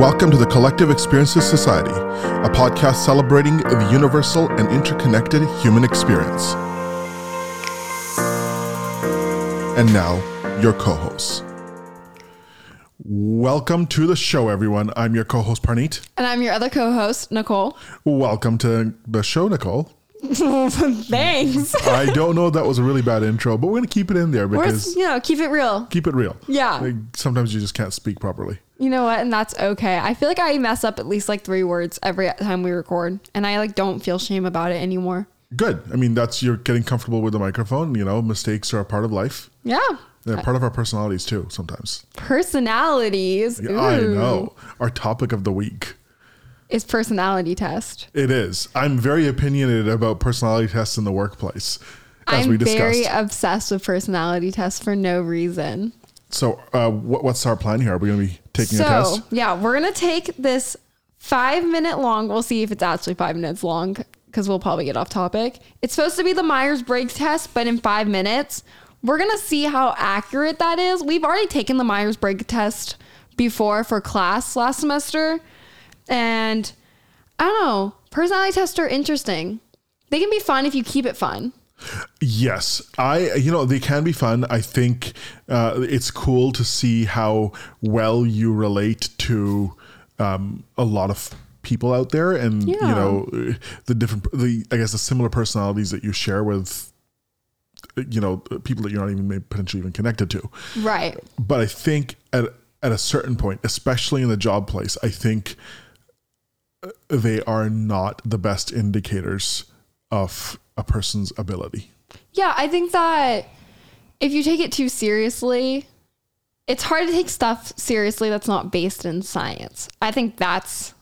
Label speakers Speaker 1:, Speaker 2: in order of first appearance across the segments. Speaker 1: Welcome to the Collective Experiences Society, a podcast celebrating the universal and interconnected human experience. And now, your co hosts. Welcome to the show, everyone. I'm your co host, Parneet.
Speaker 2: And I'm your other co host, Nicole.
Speaker 1: Welcome to the show, Nicole.
Speaker 2: Thanks.
Speaker 1: I don't know if that was a really bad intro, but we're going to keep it in there
Speaker 2: We're,
Speaker 1: Oh, because
Speaker 2: you know, keep it real.
Speaker 1: keep it real.
Speaker 2: Yeah.
Speaker 1: Like, sometimes you just can't speak properly.
Speaker 2: You know what? And that's okay. I feel like I mess up at least like three words every time we record. And I like don't feel shame about it anymore.
Speaker 1: Good. I mean, that's you're getting comfortable with the microphone. You know, mistakes are a part of life.
Speaker 2: Yeah. Uh,
Speaker 1: They're part of our personalities too. Sometimes
Speaker 2: Personalities.
Speaker 1: I
Speaker 2: Ooh.
Speaker 1: know our topic of the week.
Speaker 2: Is personality test.
Speaker 1: It is. I'm very opinionated about personality tests in the workplace, as
Speaker 2: I'm
Speaker 1: we discussed.
Speaker 2: very obsessed with personality tests for no reason.
Speaker 1: so, uh, what, what's our plan here? Are we going to be taking a
Speaker 2: So,
Speaker 1: test?
Speaker 2: yeah, we're going to take this five minute long. We'll see if it's actually five minutes long because we'll probably get off topic. It's supposed to be the Myers Briggs test, but in five minutes, we're going to see how accurate that is. We've already taken the Myers Briggs test before for class last semester. And I don't know, personality tests are interesting. They can be fun if you keep it fun.
Speaker 1: Yes, I. You know, they can be fun. I think uh, it's cool to see how well you relate to um, a lot of people out there, and you
Speaker 2: Yeah.
Speaker 1: know, the different, the I guess the similar personalities that you share with, you know, people that you're not even potentially even connected to.
Speaker 2: Right.
Speaker 1: but I think at at a certain point, especially in the job place, I think uh, they are not the best indicators of a person's ability.
Speaker 2: Yeah, I think that if you take it too seriously, it's hard to take stuff seriously that's not based in science. I think that's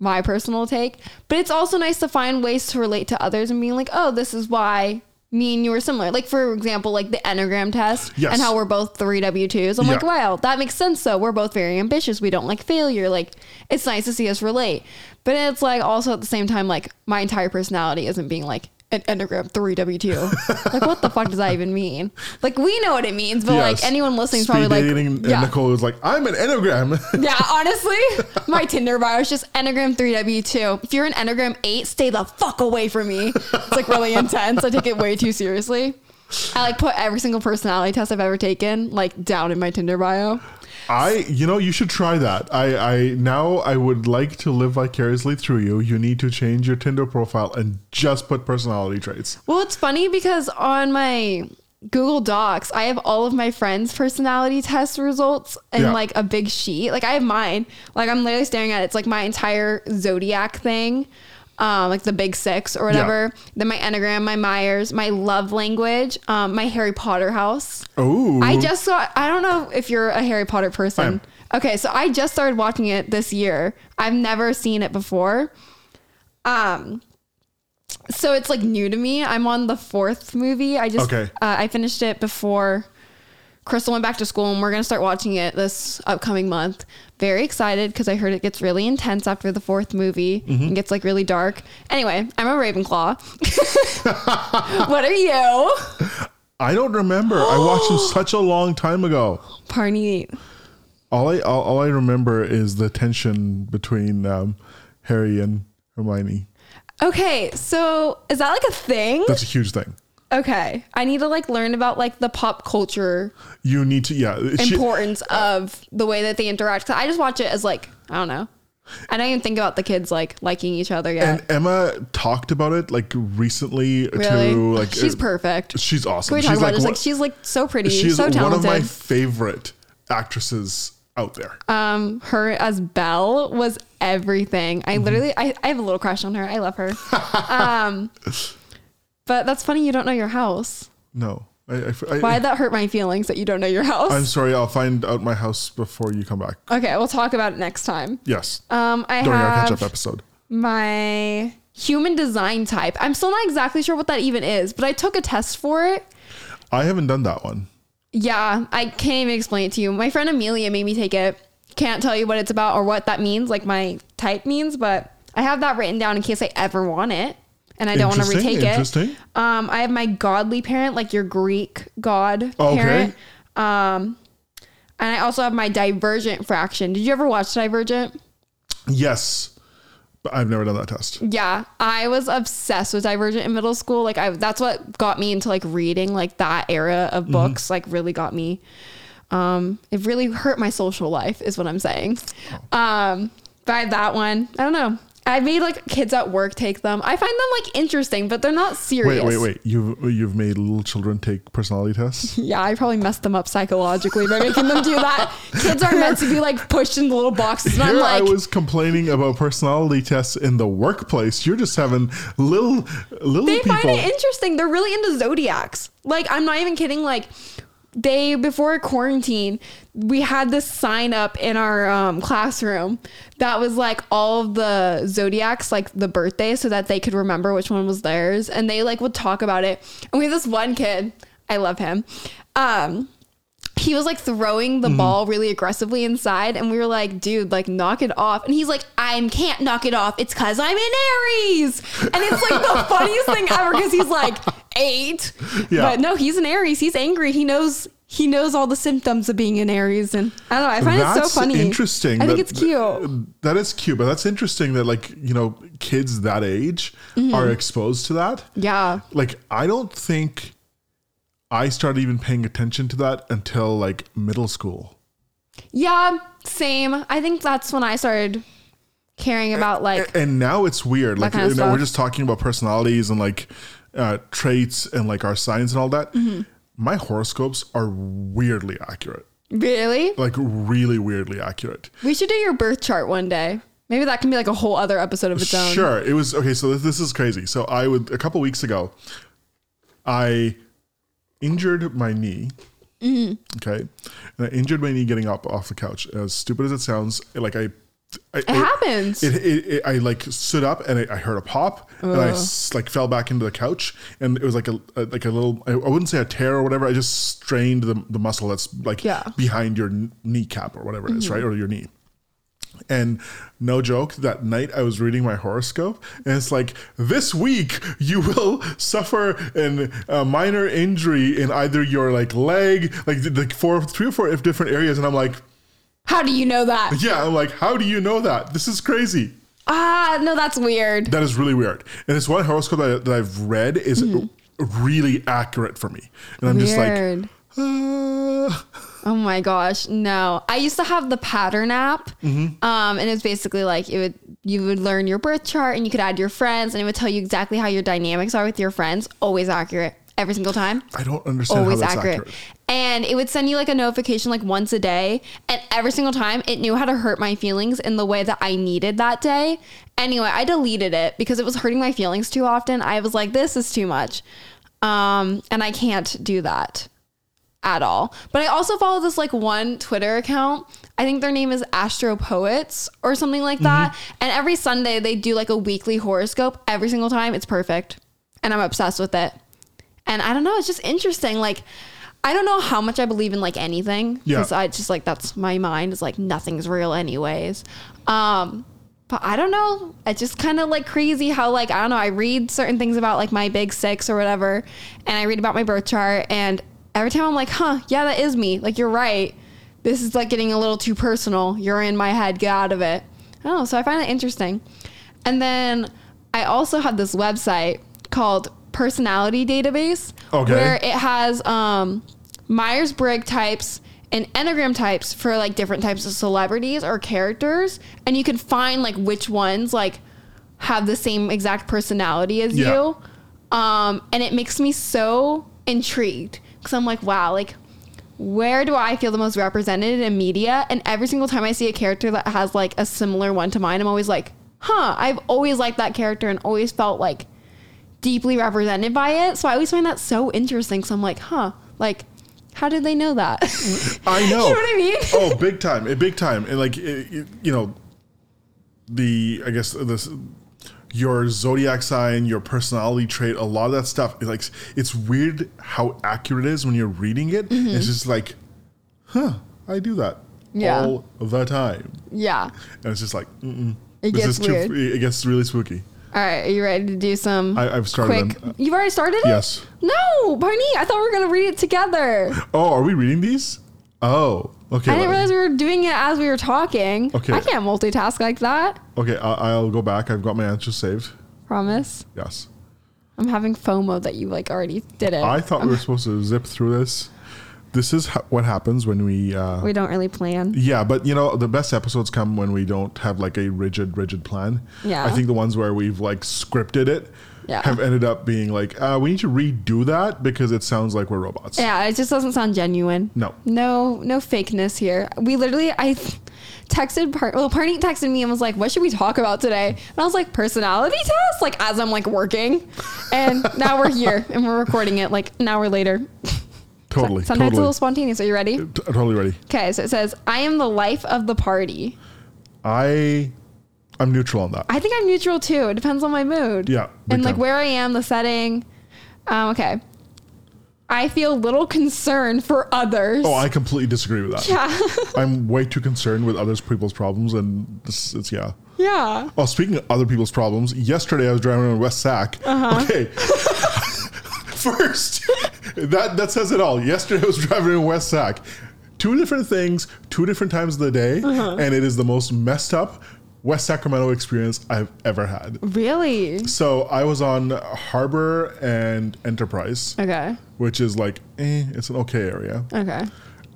Speaker 2: my personal take. But it's also nice to find ways to relate to others and being like, oh, this is why me and you are similar. Like, for example, like the Enneagram test
Speaker 1: Yes.
Speaker 2: and how we're both three W2s. I'm like,
Speaker 1: Yeah.
Speaker 2: wow, that makes sense though. We're both very ambitious. We don't like failure. Like, it's nice to see us relate. But it's like also at the same time, like, my entire personality isn't being like, an Enneagram 3W2. like, what the fuck does that even mean? Like, we know what it means, but
Speaker 1: Yes.
Speaker 2: like, anyone listening is
Speaker 1: Speed
Speaker 2: probably
Speaker 1: dating,
Speaker 2: like,
Speaker 1: and
Speaker 2: yeah.
Speaker 1: Nicole was like, "I'm an enneagram."
Speaker 2: Yeah, honestly, my Tinder bio is just Enneagram 3W2. If you're an Enneagram 8, stay the fuck away from me. It's like really intense. I take it way too seriously. I like put every single personality test I've ever taken like down in my Tinder bio.
Speaker 1: I, you know, you should try that. I, I now I would like to live vicariously through you. You need to change your Tinder profile and just put personality traits.
Speaker 2: Well, it's funny because on my Google Docs, I have all of my friends' personality test results in
Speaker 1: Yeah.
Speaker 2: like a big sheet. Like I have mine. Like I'm literally staring at it. It's like my entire zodiac thing, um, like the big six or whatever. Then my enneagram, my Myers, my love language, um, my Harry Potter house.
Speaker 1: Oh,
Speaker 2: I just saw. I don't know if you're a Harry Potter
Speaker 1: I
Speaker 2: person.
Speaker 1: am.
Speaker 2: Okay, so I just started watching it this year. I've never seen it before. Um, so it's like new to me. I'm on the fourth movie. I just
Speaker 1: Okay.
Speaker 2: uh, I finished it before Crystal went back to school, and we're gonna start watching it this upcoming month. Very excited because I heard it gets really intense after the fourth movie
Speaker 1: Mm-hmm.
Speaker 2: and gets like really dark. Anyway, I'm a Ravenclaw. what are you,
Speaker 1: I don't remember. I watched them such a long time ago.
Speaker 2: Parney?
Speaker 1: All I all, all I remember is the tension between um, Harry and Hermione.
Speaker 2: Okay, so is that like a thing?
Speaker 1: That's a huge thing.
Speaker 2: Okay, I need to like learn about like the pop culture
Speaker 1: You need to yeah. she-
Speaker 2: importance of the way that they interact. 'Cause I just watch it as like I don't know. I don't even think about the kids like liking each other yet.
Speaker 1: and Emma talked about it like recently
Speaker 2: really,
Speaker 1: to like
Speaker 2: she's
Speaker 1: uh,
Speaker 2: perfect. Can
Speaker 1: She's awesome.
Speaker 2: we
Speaker 1: she's
Speaker 2: talk about it? It's
Speaker 1: one-
Speaker 2: like she's like so pretty,
Speaker 1: she's
Speaker 2: so
Speaker 1: one of
Speaker 2: talented.
Speaker 1: my favorite actresses out there.
Speaker 2: um, her as Belle was everything.
Speaker 1: Mm-hmm.
Speaker 2: I literally, I, I have a little crush on her. I love her. um, but that's funny. You don't know your house.
Speaker 1: No, I, I, I-
Speaker 2: Why that hurt my feelings that you don't know your house.
Speaker 1: I'm sorry. I'll find out my house before you come back.
Speaker 2: Okay, we'll talk about it next time.
Speaker 1: Yes,
Speaker 2: Um, I
Speaker 1: during our catch up
Speaker 2: have
Speaker 1: episode.
Speaker 2: my human design type. I'm still not exactly sure what that even is, but I took a test for it.
Speaker 1: I haven't done that one.
Speaker 2: Yeah, I can't even explain it to you. My friend Amelia made me take it. Can't tell you what it's about or what that means, like my type means, but I have that written down in case I ever want it. And I don't want to
Speaker 1: Interesting,
Speaker 2: retake
Speaker 1: interesting.
Speaker 2: it. Um, I have my godly parent, like your Greek god
Speaker 1: Oh, Okay.
Speaker 2: parent. Um, and I also have my divergent fraction. Did you ever watch Divergent?
Speaker 1: Yes, but I've never done that test.
Speaker 2: Yeah, I was obsessed with Divergent in middle school. Like I that's what got me into like reading like that era
Speaker 1: Mm-hmm.
Speaker 2: of books like really got me. Um it really hurt my social life is what I'm saying.
Speaker 1: Oh.
Speaker 2: Um but I had that one. I don't know. I made like kids at work take them. I find them like interesting, but they're not
Speaker 1: Wait,
Speaker 2: serious.
Speaker 1: wait, wait! You've you've made little children take personality tests.
Speaker 2: Yeah, I probably messed them up psychologically by making them do that. Kids are meant to be like pushed into little boxes. And I'm
Speaker 1: Here I
Speaker 2: like,
Speaker 1: was complaining about personality tests in the workplace. You're just having little little
Speaker 2: they
Speaker 1: people.
Speaker 2: find it interesting. They're really into zodiacs. Like, I'm not even kidding. Like, they before quarantine, we had this sign up in our um, classroom that was like all of the zodiacs, like the birthday, so that they could remember which one was theirs, and they like would talk about it. And we had this one kid. I love him. Um, he was like throwing
Speaker 1: Mm-hmm.
Speaker 2: the ball really aggressively inside and we were like dude like knock it off and he's like i can't knock it off it's because i'm in aries and it's like the funniest thing ever because he's like eight
Speaker 1: Yeah.
Speaker 2: but no he's an aries he's angry he knows he knows all the symptoms of being an aries and i don't know i find it so funny
Speaker 1: Interesting.
Speaker 2: i think
Speaker 1: that-
Speaker 2: it's cute
Speaker 1: That is cute, but that's interesting that like you know kids that age
Speaker 2: Mm-hmm.
Speaker 1: are exposed to that.
Speaker 2: yeah
Speaker 1: Like I don't think I started even paying attention to that until like middle school.
Speaker 2: yeah same i think that's when i started caring about like
Speaker 1: and now it's weird. Like
Speaker 2: kind of
Speaker 1: you know, we're
Speaker 2: stuff.
Speaker 1: just talking about personalities and like uh, traits and like our signs and all that.
Speaker 2: Mm-hmm.
Speaker 1: My horoscopes are weirdly accurate,
Speaker 2: really
Speaker 1: like really weirdly accurate.
Speaker 2: we should do your birth chart one day maybe that can be like a whole other episode of its own
Speaker 1: Sure, it was okay. So this, this is crazy. So I would a couple weeks ago, I injured my knee.
Speaker 2: Mm-hmm.
Speaker 1: Okay, and I injured my knee getting up off the couch. As stupid as it sounds, like I, I
Speaker 2: It happens.
Speaker 1: It, it, it, I like stood up and I, I heard a pop and I s- like fell back into the couch and it was like a, a- like a little I, I wouldn't say a tear or whatever I just strained the, the muscle that's like
Speaker 2: Yeah.
Speaker 1: behind your kn- kneecap or whatever it is right or your knee and no joke, that night I was reading my horoscope, and it's like, this week you will suffer an, a minor injury in either your like leg, like the, the four, three or four different areas. And I'm like,
Speaker 2: How do you know that?
Speaker 1: yeah, I'm like, how do you know that? This is crazy.
Speaker 2: Ah, no, that's weird.
Speaker 1: That is really weird. And this one horoscope that, that I've read is really accurate for me. And I'm
Speaker 2: Hmm.
Speaker 1: just
Speaker 2: Weird.
Speaker 1: like, uh,
Speaker 2: oh my gosh, no. I used to have the pattern app,
Speaker 1: Mm-hmm.
Speaker 2: um, and it was basically like it would you would learn your birth chart and you could add your friends, and it would tell you exactly how your dynamics are with your friends. Always accurate, every single time.
Speaker 1: I don't understand
Speaker 2: Always
Speaker 1: how that's
Speaker 2: accurate.
Speaker 1: accurate.
Speaker 2: And it would send you like a notification like once a day. And every single time it knew how to hurt my feelings in the way that I needed that day. Anyway, I deleted it because it was hurting my feelings too often. I was like, this is too much. Um, and I can't do that at all. But I also follow this like one Twitter account. I think their name is Astro Poets or something like that. And every Sunday they do like a weekly horoscope. Every single time it's perfect. And I'm obsessed with it. And I don't know, it's just interesting. Like I don't know how much I believe in like anything
Speaker 1: Yeah.
Speaker 2: because I just like that's my mind is like nothing's real anyways. Um but I don't know. It's just kind of like crazy how like I don't know. I read certain things about like my big six or whatever, and I read about my birth chart, and every time I'm like, huh, yeah, that is me. Like you're right. This is like getting a little too personal. You're in my head. Get out of it. Oh, so I find that interesting. And then I also had this website called Personality Database,
Speaker 1: Okay.
Speaker 2: where it has um, Myers Briggs types and Enneagram types for like different types of celebrities or characters, and you can find like which ones like have the same exact personality as
Speaker 1: Yeah.
Speaker 2: you. Um, and it makes me so intrigued because I'm like, wow, like where do I feel the most represented in media? And every single time I see a character that has like a similar one to mine, I'm always like, huh, I've always liked that character and always felt like deeply represented by it. So I always find that so interesting. So I'm like, huh, like, how did they know that?
Speaker 1: I know.
Speaker 2: You know what I mean?
Speaker 1: oh, big time, eh, big time, and like it, it- you know, the I guess this your zodiac sign, your personality trait, a lot of that stuff. It's like it's weird how accurate it is when you're reading it.
Speaker 2: Mm-hmm.
Speaker 1: It's just like, huh, I do that
Speaker 2: Yeah.
Speaker 1: all the time,
Speaker 2: yeah.
Speaker 1: and it's just like, mm-mm,
Speaker 2: It gets weird.
Speaker 1: too. It gets really spooky.
Speaker 2: All right. Are you ready to do some
Speaker 1: I, I've started.
Speaker 2: quick?
Speaker 1: Them.
Speaker 2: You've already started it?
Speaker 1: Yes.
Speaker 2: No, Barney, I thought we were going to read it together.
Speaker 1: Oh, are we reading these? Oh, Okay.
Speaker 2: I didn't
Speaker 1: wait.
Speaker 2: realize we were doing it as we were talking.
Speaker 1: Okay.
Speaker 2: I can't multitask like that.
Speaker 1: Okay, I- I'll go back. I've got my answers saved.
Speaker 2: Promise.
Speaker 1: Yes.
Speaker 2: I'm having FOMO that you like already did it.
Speaker 1: I thought we were supposed to zip through this. This is ha- what happens when we. Uh,
Speaker 2: we don't really plan.
Speaker 1: yeah, but you know, the best episodes come when we don't have like a rigid, rigid plan.
Speaker 2: Yeah.
Speaker 1: I think the ones where we've like scripted it
Speaker 2: Yeah.
Speaker 1: have ended up being like, uh, we need to redo that because it sounds like we're robots.
Speaker 2: Yeah, it just doesn't sound genuine.
Speaker 1: No.
Speaker 2: No, no fakeness here. We literally, I texted, Par- well, Parneet texted me and was like, what should we talk about today? And I was like, personality test? Like, as I'm like working. And now we're here and we're recording it like an hour later.
Speaker 1: Totally.
Speaker 2: Sometimes it's a
Speaker 1: totally.
Speaker 2: little spontaneous. Are you ready?
Speaker 1: T- totally ready.
Speaker 2: Okay, so it says, I am the life of the party.
Speaker 1: I, I'm neutral on that.
Speaker 2: I think I'm neutral too. It depends on my mood.
Speaker 1: Yeah, big
Speaker 2: And like
Speaker 1: time.
Speaker 2: where I am, the setting. Um, okay. I feel little concern for others.
Speaker 1: Oh, I completely disagree with that.
Speaker 2: yeah.
Speaker 1: I'm way too concerned with other people's problems, and this, it's yeah.
Speaker 2: yeah.
Speaker 1: Oh, speaking of other people's problems, yesterday I was driving around West Sac.
Speaker 2: Uh-huh.
Speaker 1: Okay. First, that that says it all. Yesterday I was driving in West Sac. Two different things, two different times of the day,
Speaker 2: Uh-huh.
Speaker 1: and it is the most messed up West Sacramento experience I've ever
Speaker 2: Mm.
Speaker 1: had.
Speaker 2: Really?
Speaker 1: So I was on Harbor and Enterprise,
Speaker 2: Okay.
Speaker 1: which is like, eh, it's an okay area.
Speaker 2: Okay.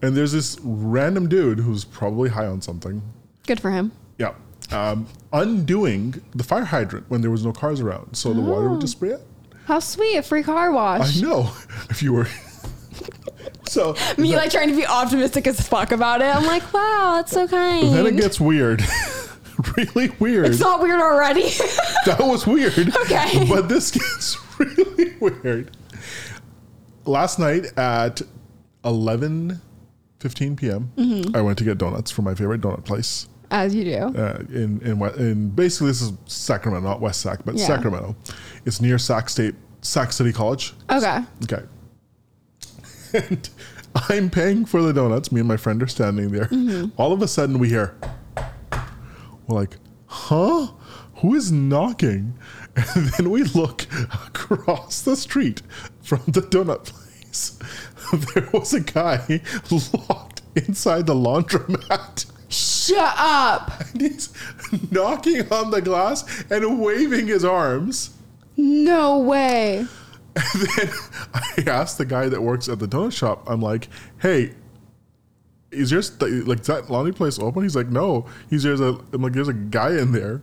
Speaker 1: And there's this random dude who's probably high on something.
Speaker 2: Good for him.
Speaker 1: Yeah. Um, undoing the fire hydrant when there was no cars around, so the water would just spray out.
Speaker 2: How sweet. A free car wash.
Speaker 1: I know if you were. so
Speaker 2: me like trying to be optimistic as fuck about it. I'm like, wow, that's so kind.
Speaker 1: then it gets weird, really weird.
Speaker 2: it's not weird already.
Speaker 1: that was weird.
Speaker 2: Okay.
Speaker 1: but this gets really weird. Last night at eleven fifteen p.m., I went to get donuts from my favorite donut place.
Speaker 2: As you do.
Speaker 1: uh, in in we- in basically this is Sacramento, not West Sac, but
Speaker 2: Yeah.
Speaker 1: Sacramento. It's near Sac State, Sac City College.
Speaker 2: Okay.
Speaker 1: Okay. And I'm paying for the donuts. Me and my friend are standing there.
Speaker 2: Mm-hmm.
Speaker 1: All of a sudden, we hear, we're like, huh? Who is knocking? And then we look across the street from the donut place. There was a guy locked inside the laundromat.
Speaker 2: Shut up.
Speaker 1: And he's knocking on the glass and waving his arms.
Speaker 2: No way.
Speaker 1: And then I asked the guy that works at the donut shop, I'm like, hey, is yours th- like is that laundry place open? He's like, no. He's there's a I'm like, there's a guy in there,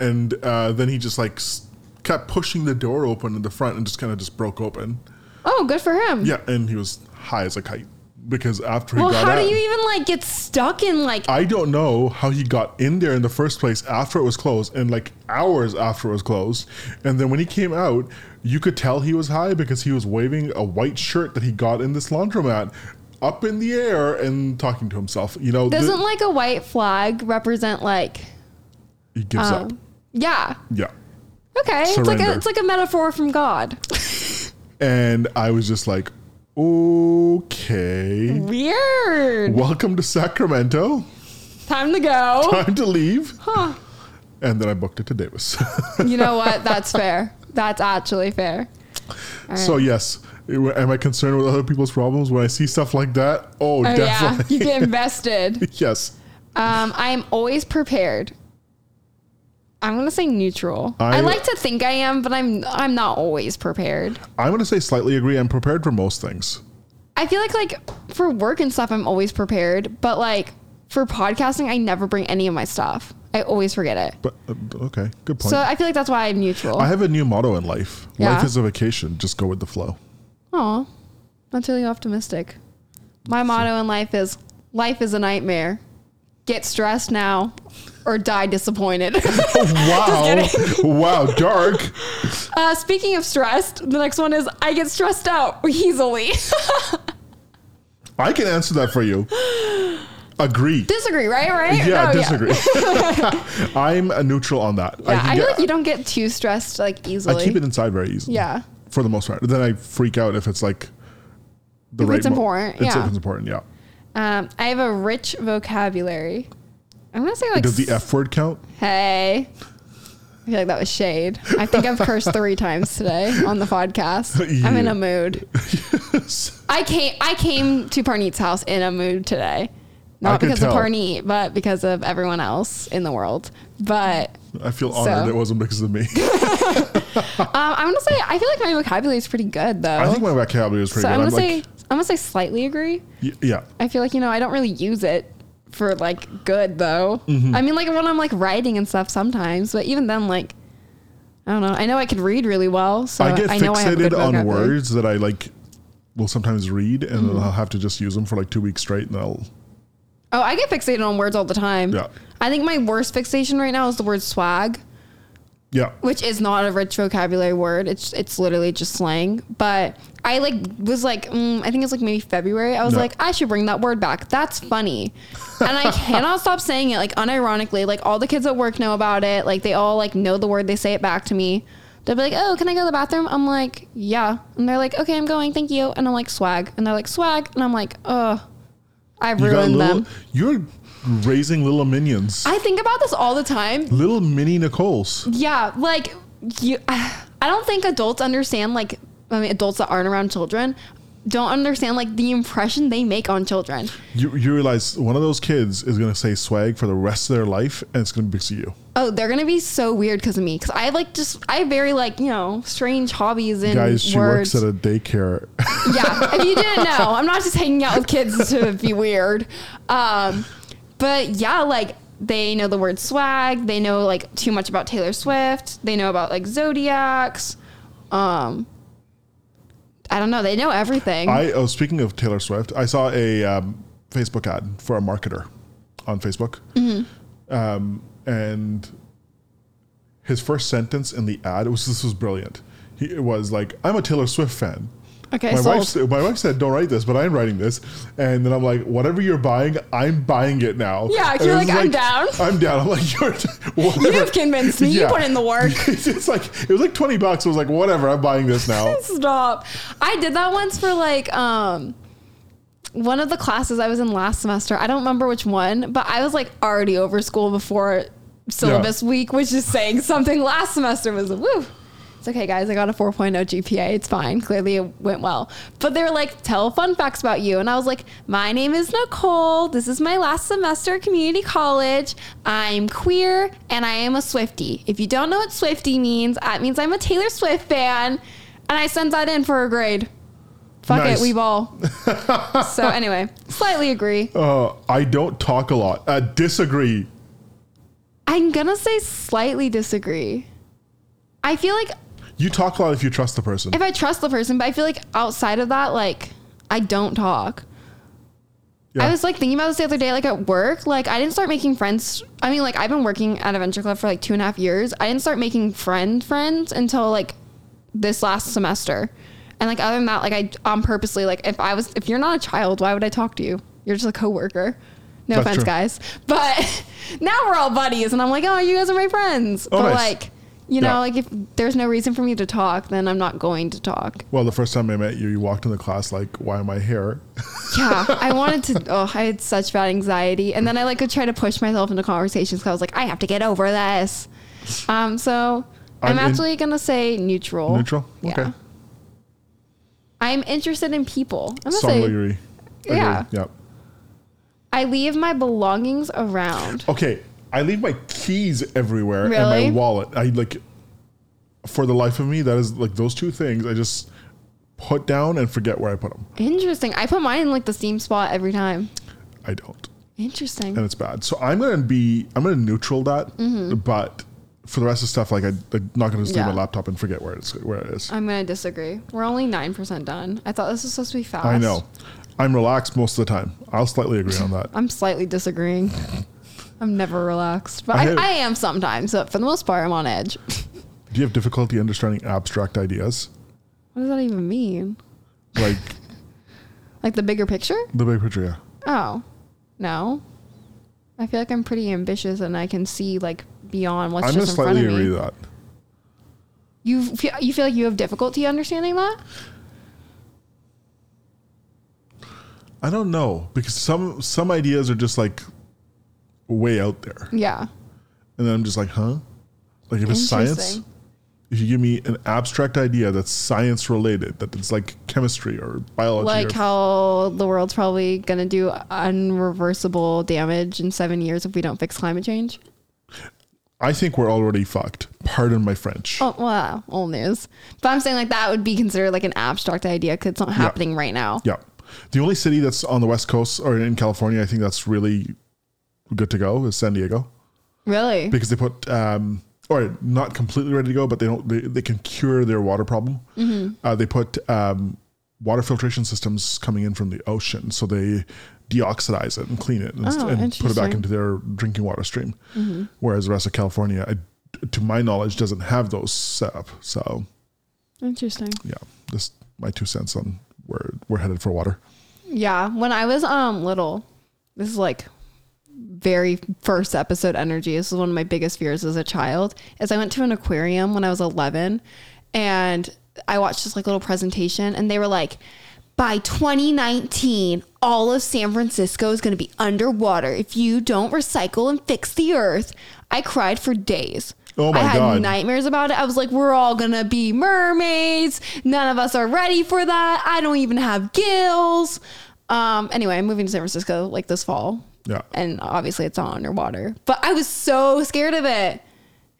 Speaker 1: and uh, then he just like s- kept pushing the door open in the front and just kind of just broke open.
Speaker 2: Oh, good for him.
Speaker 1: Yeah, and he was high as a kite because after he
Speaker 2: Well,
Speaker 1: got Uh,
Speaker 2: how
Speaker 1: out,
Speaker 2: do you even like get stuck in like
Speaker 1: I don't know how he got in there in the first place after it was closed and like hours after it was closed. And then when he came out, you could tell he was high because he was waving a white shirt that he got in this laundromat up in the air and talking to himself. You know, th-
Speaker 2: Doesn't like a white flag represent like
Speaker 1: he gives up.
Speaker 2: um, yeah.
Speaker 1: Yeah.
Speaker 2: Okay. It's like
Speaker 1: Surrender.
Speaker 2: a, it's like a metaphor from God.
Speaker 1: And I was just like, okay,
Speaker 2: Weird.
Speaker 1: welcome to Sacramento.
Speaker 2: Time to go.
Speaker 1: Time to leave.
Speaker 2: Huh.
Speaker 1: And then I booked it to Davis.
Speaker 2: You know what? That's fair. That's actually fair.
Speaker 1: So yes, am I concerned with other people's problems when I see stuff like that? Oh,
Speaker 2: Oh, yeah.
Speaker 1: definitely.
Speaker 2: You get invested.
Speaker 1: yes,
Speaker 2: Um, I am always prepared. I'm gonna say neutral.
Speaker 1: I-
Speaker 2: I like to think I am, but I'm I'm not always prepared.
Speaker 1: I'm going to say slightly agree. I'm prepared for most things.
Speaker 2: I feel like like for work and stuff, I'm always prepared, but like for podcasting, I never bring any of my stuff. I always forget it.
Speaker 1: But uh, okay, good point.
Speaker 2: So I feel like that's why I'm neutral.
Speaker 1: I have a new motto in life. Life
Speaker 2: Yeah.
Speaker 1: is a vacation. Just go with the flow.
Speaker 2: Aw, that's really optimistic. My motto in life is life is a nightmare. Get stressed now or die disappointed.
Speaker 1: Wow, wow, dark.
Speaker 2: uh, speaking of stressed, the next one is I get stressed out easily.
Speaker 1: I can answer that for you. Agree.
Speaker 2: disagree, right? Right?
Speaker 1: yeah,
Speaker 2: No,
Speaker 1: disagree. I'm a neutral on that.
Speaker 2: Yeah,
Speaker 1: can
Speaker 2: I feel
Speaker 1: get-
Speaker 2: like you don't get too stressed like easily.
Speaker 1: uh, I keep it inside very easily.
Speaker 2: Yeah.
Speaker 1: for the most part. Then I freak out if it's like the
Speaker 2: If
Speaker 1: right.
Speaker 2: it's important,
Speaker 1: It's,
Speaker 2: yeah.
Speaker 1: If it's important. Yeah.
Speaker 2: Um, I have a rich vocabulary. I'm gonna say like
Speaker 1: Does the
Speaker 2: s-
Speaker 1: F word count?
Speaker 2: hey. I feel like that was shade. I think I've cursed three times today on the podcast. I'm in
Speaker 1: Yeah.
Speaker 2: a mood. I came I came to Parneet's house in a mood today.
Speaker 1: I
Speaker 2: Not
Speaker 1: could
Speaker 2: because of
Speaker 1: tell.
Speaker 2: Parney, but because of everyone else in the world. But
Speaker 1: I feel honored
Speaker 2: So.
Speaker 1: it wasn't because of me.
Speaker 2: um, I'm gonna say I feel like my vocabulary is pretty good though.
Speaker 1: I think my vocabulary is pretty
Speaker 2: so I'm
Speaker 1: good.
Speaker 2: gonna
Speaker 1: I'm
Speaker 2: say
Speaker 1: like,
Speaker 2: I'm gonna say slightly agree.
Speaker 1: y- yeah.
Speaker 2: I feel like you know I don't really use it for like good though.
Speaker 1: Mm-hmm.
Speaker 2: I mean, like when I'm like writing and stuff sometimes, but even then, like I don't know. I know I can read really well, so
Speaker 1: I get
Speaker 2: know I have a good
Speaker 1: fixated on
Speaker 2: vocabulary.
Speaker 1: words that I like will sometimes read and
Speaker 2: Mm-hmm.
Speaker 1: then I'll have to just use them for like two weeks straight and I'll
Speaker 2: Oh, I get fixated on words all the time.
Speaker 1: Yeah.
Speaker 2: I think my worst fixation right now is the word swag,
Speaker 1: yeah.
Speaker 2: which is not a rich vocabulary word. It's it's literally just slang. But I like was like mm, I think it's like maybe February. I was
Speaker 1: No.
Speaker 2: like I should bring that word back. That's funny, and I cannot stop saying it like unironically. Like all the kids at work know about it. Like they all like know the word. They say it back to me. They'll be like, "Oh, can I go to the bathroom?" I'm like, "Yeah," and they're like, "Okay, I'm going. Thank you." And I'm like, "Swag," and they're like, "Swag," and I'm like, "Oh, I
Speaker 1: You got
Speaker 2: ruined
Speaker 1: little
Speaker 2: them."
Speaker 1: you're raising little minions.
Speaker 2: I think about this all the time.
Speaker 1: little mini Nicole's.
Speaker 2: Yeah, like you I don't think adults understand like I mean adults that aren't around children don't understand like the impression they make on children.
Speaker 1: You you realize one of those kids is gonna say swag for the rest of their life and it's gonna be because of you.
Speaker 2: Oh, they're gonna be so weird because of me. Because I like just I have very like you know strange hobbies and
Speaker 1: Guys, she
Speaker 2: words.
Speaker 1: works at a daycare.
Speaker 2: yeah, if you didn't know, I'm not just hanging out with kids to be weird. Um, but yeah, like they know the word swag. They know like too much about Taylor Swift. They know about like zodiacs. Um, I don't know. They know everything.
Speaker 1: I oh, speaking of Taylor Swift, I saw a um, Facebook ad for a marketer on Facebook,
Speaker 2: Mm-hmm.
Speaker 1: um, and his first sentence in the ad was this was brilliant. He, it was like, "I'm a Taylor Swift fan."
Speaker 2: okay,
Speaker 1: my wife,
Speaker 2: sold.
Speaker 1: said, my wife said, "Don't write this," but I'm writing this, and then I'm like, "Whatever you're buying, I'm buying it now."
Speaker 2: Yeah,
Speaker 1: And
Speaker 2: you're
Speaker 1: it was
Speaker 2: like, "I'm down."
Speaker 1: I'm down. I'm like, "You're whatever."
Speaker 2: You've convinced me.
Speaker 1: Yeah.
Speaker 2: You put in the work.
Speaker 1: it's like it was like twenty bucks. I was like, "Whatever, I'm buying this now."
Speaker 2: Stop. I did that once for like um one of the classes I was in last semester. I don't remember which one, but I was like already over school before syllabus week, which is saying something. Last semester was woo. It's okay, guys. I got a 4.0 GPA. It's fine. Clearly, it went well. But they were like, tell fun facts about you. And I was like, my name is Nicole. This is my last semester at community college. I'm queer and I am a Swifty. If you don't know what Swifty means, that means I'm a Taylor Swift fan. And I sent that in for a grade. Fuck
Speaker 1: Nice.
Speaker 2: it, we ball. so anyway, slightly agree.
Speaker 1: Uh, I don't talk a lot. Uh, disagree.
Speaker 2: I'm gonna say slightly disagree. I feel like
Speaker 1: You talk a lot if you trust the person.
Speaker 2: if I trust the person, but I feel like outside of that, like I don't talk.
Speaker 1: Yeah.
Speaker 2: I was like thinking about this the other day, like at work. Like I didn't start making friends. I mean, like I've been working at Adventure Club for like two and a half years. I didn't start making friend friends until like this last semester. And like other than that, like I on purposely like if I was if you're not a child, why would I talk to you? You're just a coworker. No
Speaker 1: That's
Speaker 2: offense,
Speaker 1: true.
Speaker 2: guys. But now we're all buddies, and I'm like, oh, you guys are my friends.
Speaker 1: Oh,
Speaker 2: but
Speaker 1: nice.
Speaker 2: like, you
Speaker 1: Yeah.
Speaker 2: know, like if there's no reason for me to talk, then I'm not going to talk.
Speaker 1: well, the first time I met you, you walked in the class like, "Why am I here?"
Speaker 2: Yeah, I wanted to. Oh, I had such bad anxiety, and then I like would try to push myself into conversations because I was like, I have to get over this. Um, so I'm,
Speaker 1: I'm in-
Speaker 2: actually gonna say neutral.
Speaker 1: Neutral? Okay.
Speaker 2: I'm interested in people. I'm gonna
Speaker 1: Strongly
Speaker 2: say
Speaker 1: agree.
Speaker 2: Yeah.
Speaker 1: Agree. Yep.
Speaker 2: I leave my belongings around.
Speaker 1: Okay. I leave my keys everywhere and my
Speaker 2: Really?
Speaker 1: wallet. I like, for the life of me, that is like those two things I just put down and forget where I put them.
Speaker 2: Interesting. I put mine in like the steam spot every time.
Speaker 1: I don't,
Speaker 2: Interesting.
Speaker 1: and it's bad. So I'm gonna be, I'm gonna neutral that, but. For the rest of stuff, like I, I'm not going to just leave
Speaker 2: Mm-hmm. Yeah.
Speaker 1: my laptop and forget where it's where it is.
Speaker 2: I'm gonna disagree. We're only nine percent done. I thought this was supposed to be fast.
Speaker 1: I know. I'm relaxed most of the time. I'll slightly agree on that.
Speaker 2: I'm slightly disagreeing. I'm never relaxed, but
Speaker 1: I
Speaker 2: I,
Speaker 1: had-
Speaker 2: I, am sometimes. But for the most part, I'm on edge.
Speaker 1: Do you have difficulty understanding abstract ideas?
Speaker 2: what does that even mean?
Speaker 1: Like
Speaker 2: Like the bigger picture?
Speaker 1: the big picture, yeah.
Speaker 2: Oh, no. I feel like I'm pretty ambitious and I can see like beyond what's
Speaker 1: I'm going to
Speaker 2: just in front
Speaker 1: slightly
Speaker 2: of
Speaker 1: agree
Speaker 2: me.
Speaker 1: with that.
Speaker 2: You feel, you feel like you have difficulty understanding that?
Speaker 1: I don't know because some some ideas are just like way out there,
Speaker 2: Yeah.
Speaker 1: and then I'm just like, huh? Like if it's science,
Speaker 2: Interesting.
Speaker 1: If you give me an abstract idea that's science related, that it's like chemistry or biology,
Speaker 2: Like
Speaker 1: or,
Speaker 2: how the world's probably gonna do unreversible damage in seven years if we don't fix climate change.
Speaker 1: I think we're already fucked. Pardon my French.
Speaker 2: Oh wow, old news. But I'm saying like that would be considered like an abstract idea because it's not happening right now.
Speaker 1: Yeah. The only city that's on the West Coast or in California, I think that's really good to go is San Diego
Speaker 2: Really?
Speaker 1: because they put, um, or not completely ready to go, but they don't, they, they can cure their water problem.
Speaker 2: Mm-hmm.
Speaker 1: Uh, they put um, water filtration systems coming in from the ocean. So they deoxidize it and clean it and,
Speaker 2: Oh,
Speaker 1: and put it back
Speaker 2: interesting. Mm-hmm.
Speaker 1: into their drinking water stream. Whereas the rest of California, I, to my knowledge, doesn't have those set up. So
Speaker 2: Interesting.
Speaker 1: yeah, just my two cents on where we're headed for water.
Speaker 2: Yeah. When I was um little, this is like very first episode energy. This is one of my biggest fears as a child. Is I went to an aquarium when I was 11, and I watched this like little presentation, and they were like. By 2019, all of San Francisco is going to be underwater if you don't recycle and fix the earth. I cried for days.
Speaker 1: Oh my
Speaker 2: I had
Speaker 1: God.
Speaker 2: nightmares about it. I was like, we're all gonna be mermaids. None of us are ready for that. I don't even have gills. Um, anyway, I'm moving to San Francisco like this fall.
Speaker 1: Yeah.
Speaker 2: And obviously it's all underwater. But I was so scared of it.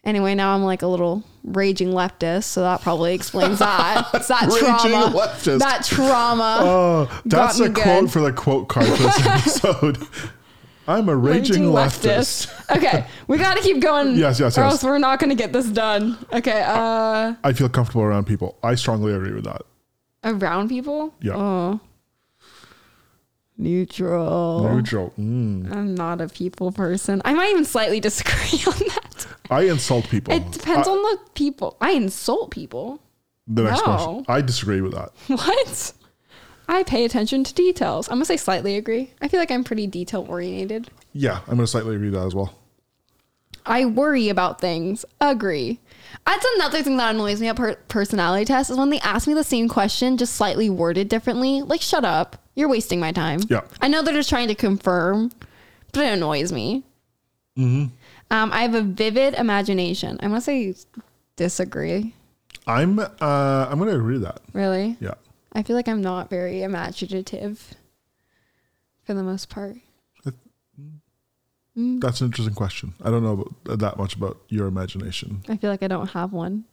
Speaker 2: Anyway, now I'm like a little raging leftist, so that probably explains that. It's that
Speaker 1: Raging
Speaker 2: trauma.
Speaker 1: leftist.
Speaker 2: That trauma.
Speaker 1: Oh, that's
Speaker 2: me
Speaker 1: a quote
Speaker 2: good.
Speaker 1: for the quote card for this episode. I'm a raging, leftist.
Speaker 2: okay, we got to keep going.
Speaker 1: Yes, yes,
Speaker 2: Or
Speaker 1: yes.
Speaker 2: else we're not going to get this done. Okay, uh,
Speaker 1: I feel comfortable around people. I strongly agree with that.
Speaker 2: around people.
Speaker 1: Yeah.
Speaker 2: Oh. Neutral.
Speaker 1: Neutral. Mm.
Speaker 2: I'm not a people person. I might even slightly disagree on that.
Speaker 1: I insult people.
Speaker 2: It depends
Speaker 1: Oh, I-
Speaker 2: on the people. I insult people.
Speaker 1: the next
Speaker 2: No.
Speaker 1: question. I disagree with that.
Speaker 2: What? I pay attention to details. I'm gonna say slightly agree. I feel like I'm pretty detail oriented.
Speaker 1: Yeah, I'm going to slightly agree with that as well.
Speaker 2: I worry about things. Agree. That's another thing that annoys me at per- personality tests is when they ask me the same question, just slightly worded differently. Like, shut up. You're wasting my time.
Speaker 1: Yeah.
Speaker 2: I know they're just trying to confirm, but it annoys me. Mm-hmm. Um, I have a vivid imagination. I'm going to say disagree.
Speaker 1: I'm uh, I'm going to agree with that.
Speaker 2: Really?
Speaker 1: Yeah.
Speaker 2: I feel like I'm not very imaginative for the most part.
Speaker 1: That's an interesting question. I don't know about, uh, that much about your imagination.
Speaker 2: I feel like I don't have one.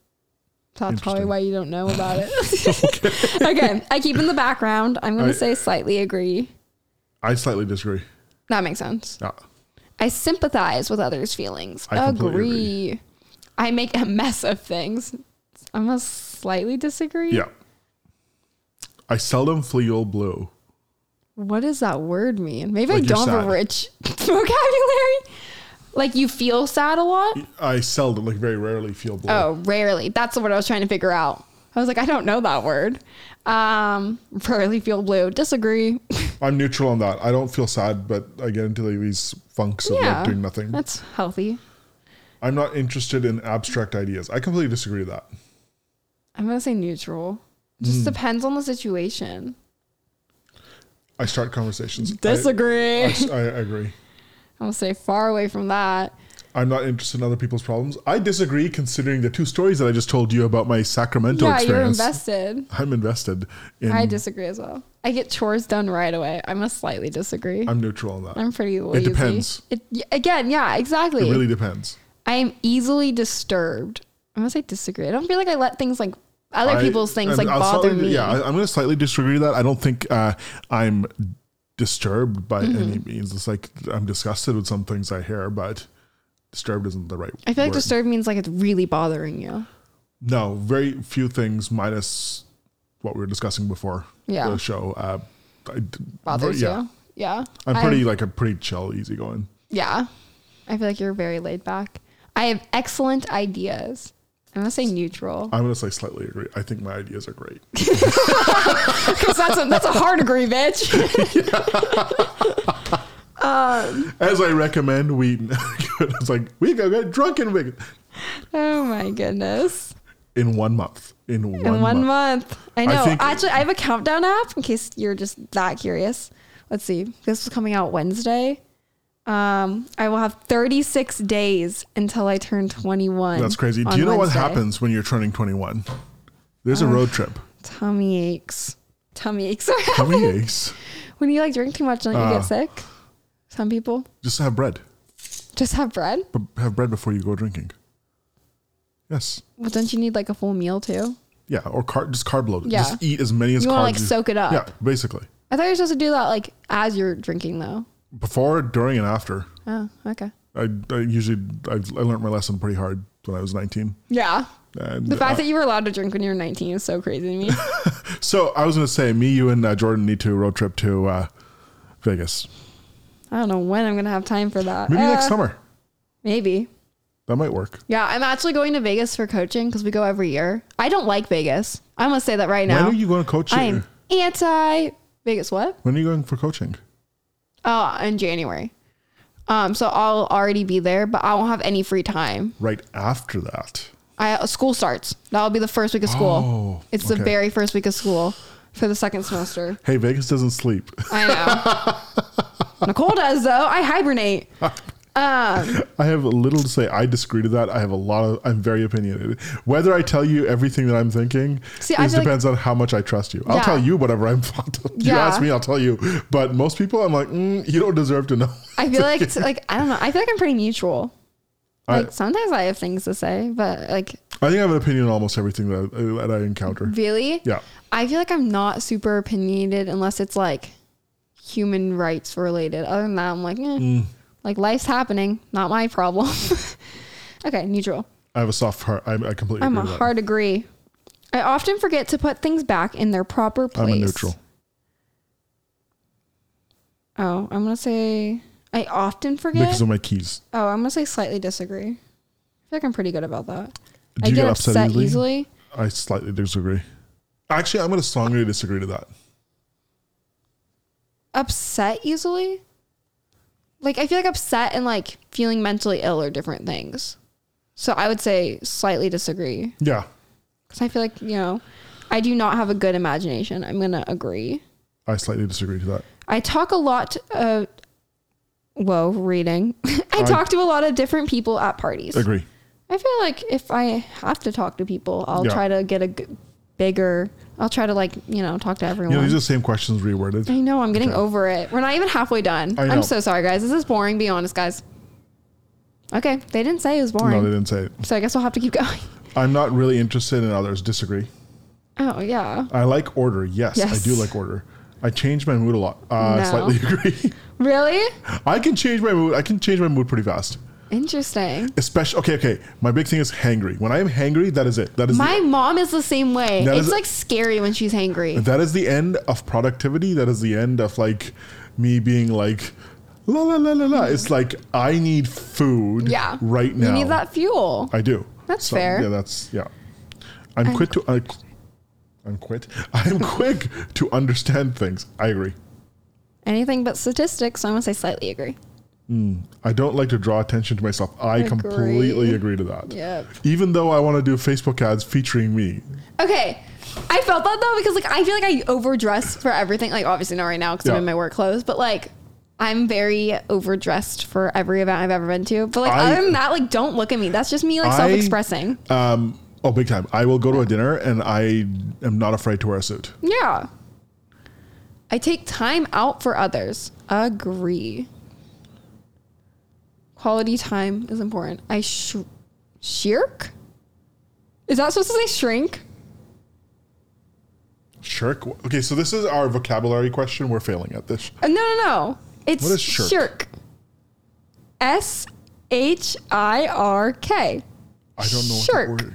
Speaker 2: So that's probably
Speaker 1: Interesting.
Speaker 2: why you don't know about it. okay. I keep in the background. I'm going
Speaker 1: I-
Speaker 2: to say slightly agree.
Speaker 1: I slightly disagree.
Speaker 2: That makes sense.
Speaker 1: Yeah.
Speaker 2: I sympathize with others' feelings.
Speaker 1: I
Speaker 2: agree.
Speaker 1: completely
Speaker 2: I make a mess of things. I'm going to slightly disagree.
Speaker 1: Yeah. I seldom feel blue.
Speaker 2: What does that word mean? Maybe
Speaker 1: Like
Speaker 2: I
Speaker 1: you're
Speaker 2: don't have
Speaker 1: sad.
Speaker 2: a rich vocabulary. Like you feel sad a lot?
Speaker 1: I seldom, like very rarely feel blue.
Speaker 2: Oh, rarely. That's the word I was trying to figure out. I was like, I don't know that word. Um, rarely feel blue. Disagree.
Speaker 1: I'm neutral on that. I don't feel sad, but I get into like these funks of
Speaker 2: Yeah.
Speaker 1: like doing nothing.
Speaker 2: That's healthy.
Speaker 1: I'm not interested in abstract ideas. I completely disagree with that.
Speaker 2: I'm gonna say neutral.
Speaker 1: Hmm.
Speaker 2: Just depends on the situation.
Speaker 1: I start conversations. I-
Speaker 2: Disagree.
Speaker 1: I,
Speaker 2: I,
Speaker 1: s- I agree.
Speaker 2: will say far away from that.
Speaker 1: I'm not interested in other people's problems. I disagree considering the two stories that I just told you about my Sacramento
Speaker 2: yeah,
Speaker 1: experience. Hmm.
Speaker 2: you're invested.
Speaker 1: I'm invested in
Speaker 2: I disagree as well. I get chores done right away. I'm gonna slightly disagree. I'm,
Speaker 1: I'm neutral on that.
Speaker 2: pretty lazy.
Speaker 1: depends.
Speaker 2: It, y- again, yeah, exactly.
Speaker 1: it really depends.
Speaker 2: I am easily disturbed. I'm gonna say disagree. I don't feel like I let things like other
Speaker 1: I-
Speaker 2: people's things
Speaker 1: and
Speaker 2: like
Speaker 1: I'll
Speaker 2: bother
Speaker 1: slightly-
Speaker 2: me.
Speaker 1: Yeah, I, I'm going to slightly disagree with that. I don't think uh, I'm disturbed by
Speaker 2: Mm-hmm.
Speaker 1: any means. It's like I'm disgusted with some things I hear, but disturbed isn't the right
Speaker 2: I feel like
Speaker 1: word.
Speaker 2: disturbed means like it's really bothering you.
Speaker 1: No, very few things minus what we were discussing before
Speaker 2: Yeah.
Speaker 1: the show. Uh, I d-
Speaker 2: Bothers
Speaker 1: yeah.
Speaker 2: you. Yeah.
Speaker 1: I'm
Speaker 2: I-
Speaker 1: pretty like I'm pretty chill, easygoing.
Speaker 2: yeah. I feel like you're very laid back. I have excellent ideas. I'm gonna say neutral
Speaker 1: I'm gonna say slightly agree. I think my ideas are great.
Speaker 2: because that's a, that's a hard agree, bitch.
Speaker 1: As I recommend, we it's like we go get drunk in Wigan
Speaker 2: oh my goodness!
Speaker 1: in one month. In one,
Speaker 2: In one,
Speaker 1: month.
Speaker 2: month. I know.
Speaker 1: think-
Speaker 2: Actually, I have a countdown app in case you're just that curious. Let's see. This is coming out Wednesday. Um, I will have 36 days until I turn 21.
Speaker 1: That's crazy. Do
Speaker 2: on
Speaker 1: you know
Speaker 2: Wednesday. Uh-huh.
Speaker 1: what happens when you're turning 21? There's a road trip.
Speaker 2: Tummy aches. Tummy aches.
Speaker 1: Tummy aches.
Speaker 2: when you like drink too much, don't you
Speaker 1: Ah.
Speaker 2: get sick? Some people
Speaker 1: Just have bread.
Speaker 2: just have bread.
Speaker 1: But have bread before you go drinking. Yes.
Speaker 2: Well, don't you need like a full meal too?
Speaker 1: Yeah. Or car- just carb loaded.
Speaker 2: Yeah.
Speaker 1: Just eat as many as
Speaker 2: You
Speaker 1: carbs.
Speaker 2: want to like
Speaker 1: as-
Speaker 2: soak it up.
Speaker 1: Yeah, basically.
Speaker 2: I thought you were supposed to do that like as you're drinking though.
Speaker 1: Before, during, and after.
Speaker 2: Oh, okay.
Speaker 1: I, I usually I, I learned my lesson pretty hard when I was 19.
Speaker 2: Yeah.
Speaker 1: And,
Speaker 2: The fact
Speaker 1: uh,
Speaker 2: that you were allowed to drink when you were 19 is so crazy to me.
Speaker 1: so I was going to say, me, you, and uh, Jordan need to road trip to uh, Vegas.
Speaker 2: I don't know when I'm going to have time for that.
Speaker 1: Maybe
Speaker 2: Uh,
Speaker 1: next summer.
Speaker 2: Maybe.
Speaker 1: That might work.
Speaker 2: Yeah, I'm actually going to Vegas for coaching because we go every year. I don't like Vegas. I'm going to say that right now.
Speaker 1: When are you going to coach?
Speaker 2: I'm anti Vegas. What?
Speaker 1: When are you going for coaching?
Speaker 2: Oh, in January. Um, so I'll already be there, but I won't have any free time.
Speaker 1: Right after that.
Speaker 2: I school starts. That'll be the first week of school.
Speaker 1: Oh,
Speaker 2: it's
Speaker 1: okay.
Speaker 2: the very first week of school for the second semester.
Speaker 1: Hey, Vegas doesn't sleep.
Speaker 2: I know. Nicole does though. I hibernate.
Speaker 1: I have little to say. I disagree to that. I have a lot of. I'm very opinionated. Whether I tell you everything that I'm thinking
Speaker 2: See, I
Speaker 1: is
Speaker 2: feel like-
Speaker 1: depends on how much I trust you. I'll
Speaker 2: Yeah.
Speaker 1: tell you whatever I'm. you
Speaker 2: Yeah.
Speaker 1: ask me, I'll tell you. But most people, I'm like, mm, you don't deserve to know.
Speaker 2: I feel like it's like I don't know. I feel like I'm pretty neutral.
Speaker 1: I-
Speaker 2: Like sometimes I have things to say, but like
Speaker 1: I think I have an opinion on almost everything that I, that I encounter.
Speaker 2: really,
Speaker 1: Yeah.
Speaker 2: I feel like I'm not super opinionated unless it's like human rights related. Other than that, I'm like, eh.
Speaker 1: Mm.
Speaker 2: like life's happening, not my problem. okay, neutral.
Speaker 1: I have a soft heart. I, I completely
Speaker 2: I'm a
Speaker 1: agree with that.
Speaker 2: hard agree. I often forget to put things back in their proper place.
Speaker 1: I'm a neutral.
Speaker 2: Oh, I'm gonna say I often forget.
Speaker 1: Because of my keys.
Speaker 2: oh, I'm gonna say slightly disagree. I feel like I'm pretty good about that.
Speaker 1: Do
Speaker 2: I
Speaker 1: you
Speaker 2: get
Speaker 1: get
Speaker 2: upset,
Speaker 1: upset easily?
Speaker 2: easily?
Speaker 1: I slightly disagree. Actually, I'm going to strongly disagree to that.
Speaker 2: Upset easily. Like I feel like upset and like feeling mentally ill are different things. So I would say slightly disagree
Speaker 1: Yeah.
Speaker 2: because I feel like you know I do not have a good imagination. I'm gonna agree.
Speaker 1: I slightly disagree to that.
Speaker 2: I talk a lot of whoa reading. I
Speaker 1: I-
Speaker 2: talk to a lot of different people at parties.
Speaker 1: Agree.
Speaker 2: I feel like if I have to talk to people, I'll
Speaker 1: Yeah.
Speaker 2: try to get a g- bigger. I'll try to like you know talk to
Speaker 1: You
Speaker 2: everyone.
Speaker 1: know, these are the same questions reworded.
Speaker 2: I know I'm getting over it. We're not even halfway done.
Speaker 1: I know.
Speaker 2: I'm so sorry, guys. This is boring. Be honest, guys. Okay, they didn't say it was
Speaker 1: No,
Speaker 2: boring,
Speaker 1: they didn't say it.
Speaker 2: so I guess we'll have to keep going.
Speaker 1: I'm not really interested in others. Disagree.
Speaker 2: Oh yeah,
Speaker 1: I like order. Yes, I
Speaker 2: Yes.
Speaker 1: do like order. I change my mood a lot. Uh,
Speaker 2: No.
Speaker 1: Slightly agree.
Speaker 2: really
Speaker 1: I can change my mood. I can change my mood pretty fast.
Speaker 2: interesting.
Speaker 1: Especially okay, okay. My big thing is hangry. When I am hangry, that is it. That is
Speaker 2: My mom is the same way.
Speaker 1: That
Speaker 2: It's
Speaker 1: is-
Speaker 2: like scary when she's hangry.
Speaker 1: the, that is the end of productivity. That is the end of like me being like la la la la la. It's like I need food.
Speaker 2: Yeah,
Speaker 1: Right now.
Speaker 2: you need that fuel.
Speaker 1: I do.
Speaker 2: That's fair.
Speaker 1: Yeah, that's yeah. I'm, quick to I, I'm quit. I'm quick to understand things. I agree.
Speaker 2: Anything but statistics, so I'm gonna say slightly agree.
Speaker 1: I don't like to draw attention to myself. I
Speaker 2: Agree.
Speaker 1: completely agree to that.
Speaker 2: Yep.
Speaker 1: Even though I want to do Facebook ads featuring me.
Speaker 2: Okay. I felt that though because like I feel like I overdress for everything. Like obviously not right now because
Speaker 1: Yeah.
Speaker 2: I'm in my work clothes, but like I'm very overdressed for every event I've ever been to. But like
Speaker 1: I-
Speaker 2: other than that, like don't look at me. That's just me like
Speaker 1: I-
Speaker 2: self-expressing.
Speaker 1: Um, oh, big time. I will go to a dinner and I am not afraid to wear a suit.
Speaker 2: Yeah. I take time out for others. Agree. Quality time is important. I sh- shirk. Is that supposed to say shrink?
Speaker 1: Shirk. Okay, so this is our vocabulary question. We're failing at this.
Speaker 2: Uh, No, no, no. It's
Speaker 1: What is shirk?
Speaker 2: shirk. S H I R K.
Speaker 1: I don't know
Speaker 2: Shirk. Uh,
Speaker 1: what the word.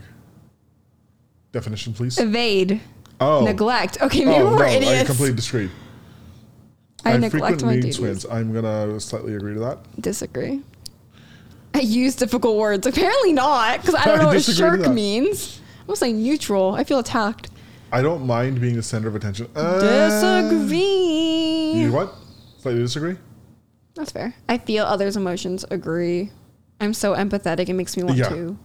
Speaker 1: Definition, please.
Speaker 2: Evade.
Speaker 1: Oh.
Speaker 2: Neglect. Okay, maybe
Speaker 1: Oh,
Speaker 2: we're
Speaker 1: no, I
Speaker 2: idiots. I,
Speaker 1: completely disagree.
Speaker 2: neglect my
Speaker 1: meeting
Speaker 2: duties.
Speaker 1: twins. I'm gonna slightly agree to that.
Speaker 2: Disagree. I use difficult words. Apparently not, because I don't
Speaker 1: I
Speaker 2: know what
Speaker 1: disagree with
Speaker 2: shirk
Speaker 1: that.
Speaker 2: means. I'm gonna say neutral. I feel attacked.
Speaker 1: I don't mind being the center of attention. Uh,
Speaker 2: Disagree.
Speaker 1: You what? Slightly disagree?
Speaker 2: That's fair. I feel others' emotions. Agree. I'm so empathetic. It makes me want
Speaker 1: Yeah.
Speaker 2: to.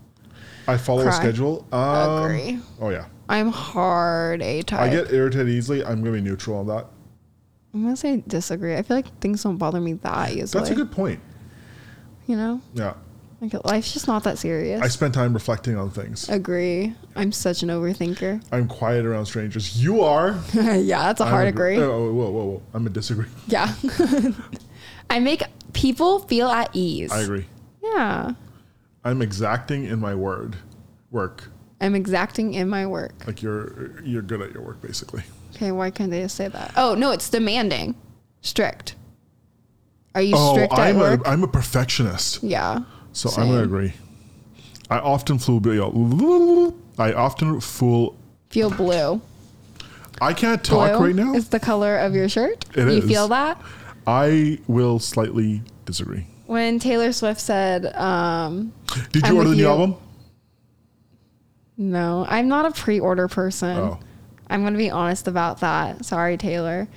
Speaker 1: I follow a
Speaker 2: Cry.
Speaker 1: schedule. Um,
Speaker 2: Agree.
Speaker 1: Oh yeah.
Speaker 2: I'm hard A type.
Speaker 1: I get irritated easily. I'm gonna be neutral on that.
Speaker 2: I'm gonna say disagree. I feel like things don't bother me that easily.
Speaker 1: That's a good point.
Speaker 2: You know,
Speaker 1: Yeah.
Speaker 2: like life's just not that serious.
Speaker 1: I spend time reflecting on things.
Speaker 2: agree. I'm such an overthinker.
Speaker 1: I'm quiet around strangers. You are.
Speaker 2: yeah, that's a
Speaker 1: I'm
Speaker 2: hard
Speaker 1: a-
Speaker 2: agree.
Speaker 1: Oh, whoa, whoa, whoa. I'm a disagree.
Speaker 2: Yeah. I make people feel at ease.
Speaker 1: I agree.
Speaker 2: yeah.
Speaker 1: I'm exacting in my word, work.
Speaker 2: I'm exacting in my work.
Speaker 1: Like you're you're good at your work, basically.
Speaker 2: Okay, why can't they say that? Oh, no, it's demanding. Strict. Are you strict at
Speaker 1: Oh, I'm
Speaker 2: work?
Speaker 1: a I'm a perfectionist,
Speaker 2: yeah.
Speaker 1: so I'm gonna
Speaker 2: Same.
Speaker 1: agree. I often flew. bill- I often fool.
Speaker 2: Feel blue.
Speaker 1: I can't talk
Speaker 2: blue
Speaker 1: right now.
Speaker 2: is the color of your shirt.
Speaker 1: It
Speaker 2: you
Speaker 1: is.
Speaker 2: feel that?
Speaker 1: I will slightly disagree.
Speaker 2: When Taylor Swift said, um,
Speaker 1: Did you
Speaker 2: I'm
Speaker 1: order the
Speaker 2: with
Speaker 1: new
Speaker 2: you.
Speaker 1: album?
Speaker 2: no, I'm not a pre order person.
Speaker 1: Oh.
Speaker 2: I'm going to be honest about that. Sorry, Taylor.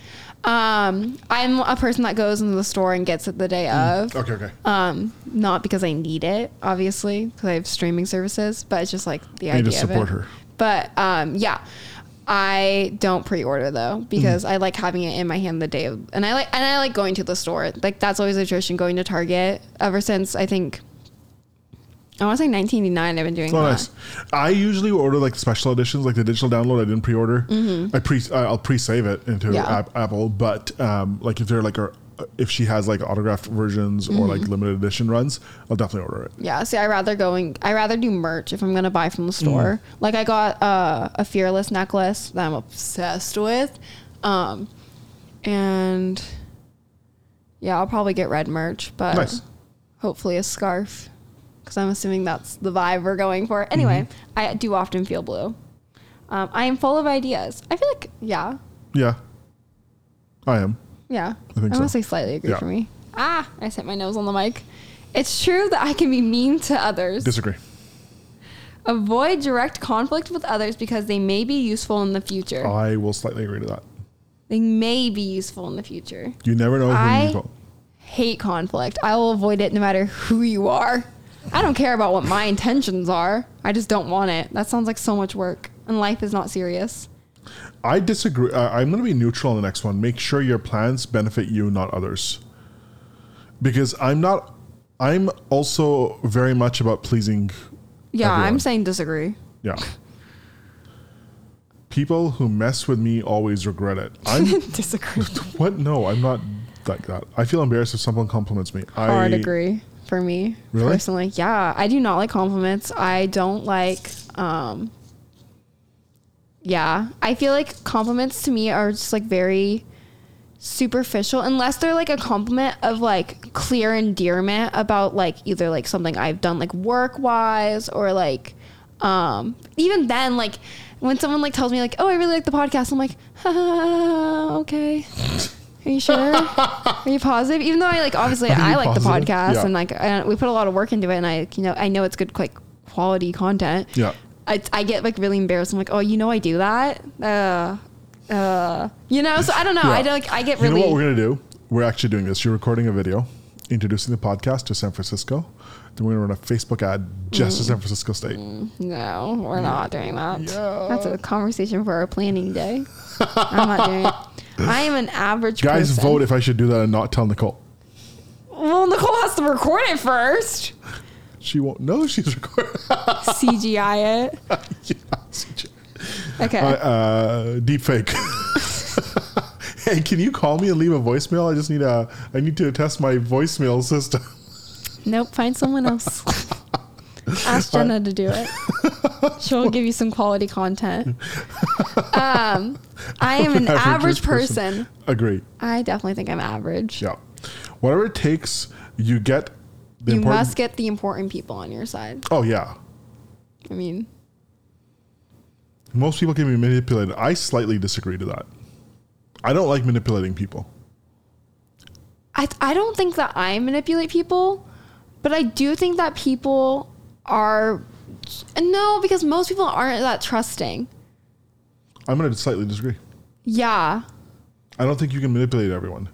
Speaker 2: Um, I'm a person that goes into the store and gets it the day of.
Speaker 1: Mm, Okay, okay.
Speaker 2: Um, not because I need it, obviously, because I have streaming services, but it's just like the
Speaker 1: need
Speaker 2: idea
Speaker 1: to
Speaker 2: of
Speaker 1: support
Speaker 2: it.
Speaker 1: her.
Speaker 2: But um, yeah, I don't pre-order though
Speaker 1: Mm.
Speaker 2: because I like having it in my hand the day of, and I like and I like going to the store. Like that's always a tradition going to Target. Ever since I think I want to say 1989, I've been doing
Speaker 1: Oh,
Speaker 2: that.
Speaker 1: nice. I usually order like special editions, like the digital download. I didn't pre-order. I pre I- I'll pre-save it into
Speaker 2: Mm-hmm. Yeah.
Speaker 1: app, Apple, but um, like if they're like a, if she has like autographed versions or like
Speaker 2: Mm-hmm.
Speaker 1: limited edition runs, I'll definitely order it.
Speaker 2: Yeah, see, I rather going. I rather do merch if I'm gonna buy from the
Speaker 1: Mm.
Speaker 2: store. Like I got uh, a fearless necklace that I'm obsessed with, um, and yeah, I'll probably get red merch, but
Speaker 1: Nice.
Speaker 2: hopefully a scarf because I'm assuming that's the vibe we're going for. Anyway,
Speaker 1: Mm-hmm.
Speaker 2: I do often feel blue. Um, I am full of ideas. I feel like yeah,
Speaker 1: Yeah, I am.
Speaker 2: yeah.
Speaker 1: I think
Speaker 2: I want
Speaker 1: so.
Speaker 2: to say slightly agree
Speaker 1: Yeah.
Speaker 2: for me. Ah, I set my nose on the mic. It's true that I can be mean to others.
Speaker 1: Disagree.
Speaker 2: Avoid direct conflict with others because they may be useful in the future.
Speaker 1: I will slightly agree to that.
Speaker 2: They may be useful in the future.
Speaker 1: You never know who
Speaker 2: I-
Speaker 1: you vote.
Speaker 2: Hate conflict. I will avoid it no matter who you are. I don't care about what my intentions are. I just don't want it. That sounds like so much work, and life is not serious.
Speaker 1: I disagree. Uh, I'm going to be neutral on the next one. Make sure your plans benefit you, not others. Because I'm not. I'm also very much about pleasing.
Speaker 2: Yeah, I'm
Speaker 1: Everyone.
Speaker 2: saying disagree.
Speaker 1: Yeah. People who mess with me always regret it. I'm
Speaker 2: disagree.
Speaker 1: what? No, I'm not like that. I feel embarrassed if someone compliments me. I
Speaker 2: Hard agree for me
Speaker 1: Really?
Speaker 2: personally. Yeah, I do not like compliments. I don't like. um Yeah, I feel like compliments to me are just like very superficial unless they're like a compliment of like clear endearment about like either like something I've done like work wise or like um even then like when someone like tells me like oh I really like the podcast I'm like ah, okay are you sure are you positive even though I like obviously
Speaker 1: Are you
Speaker 2: I like
Speaker 1: positive?
Speaker 2: the podcast
Speaker 1: Yeah.
Speaker 2: and like I, we put a lot of work into it and I you know I know it's good like quality content
Speaker 1: Yeah.
Speaker 2: I, I get like really embarrassed I'm like oh you know I do that uh uh you know so I don't know
Speaker 1: Yeah.
Speaker 2: I don't like I get
Speaker 1: You know
Speaker 2: really
Speaker 1: what we're gonna do? We're actually doing this. You're recording a video, introducing the podcast to San Francisco. Then we're gonna run a Facebook ad just
Speaker 2: Mm.
Speaker 1: to San Francisco State.
Speaker 2: No, we're not doing that.
Speaker 1: Yeah.
Speaker 2: That's a conversation for our planning day. I'm not doing it. I am an average
Speaker 1: Guys,
Speaker 2: person.
Speaker 1: vote if I should do that and not tell Nicole.
Speaker 2: Well, Nicole has to record it first.
Speaker 1: She won't know she's recording.
Speaker 2: CGI it.
Speaker 1: Yes.
Speaker 2: Okay.
Speaker 1: uh, uh, deep fake. hey, can you call me and leave a voicemail? I just need a. I need to test my voicemail system.
Speaker 2: nope. Find someone else. Ask Jenna to do it. She'll give you some quality content. Um, I am an average person.
Speaker 1: Agree.
Speaker 2: I definitely think I'm average.
Speaker 1: Yeah. Whatever it takes, you get the
Speaker 2: you
Speaker 1: important.
Speaker 2: must get the important people on your side.
Speaker 1: oh yeah.
Speaker 2: I mean,
Speaker 1: Most people can be manipulated. I slightly disagree to that. I don't like manipulating people.
Speaker 2: I, I don't think that I manipulate people, but I do think that people are no, because most people aren't that trusting.
Speaker 1: I'm going to slightly disagree.
Speaker 2: Yeah.
Speaker 1: I don't think you can manipulate everyone.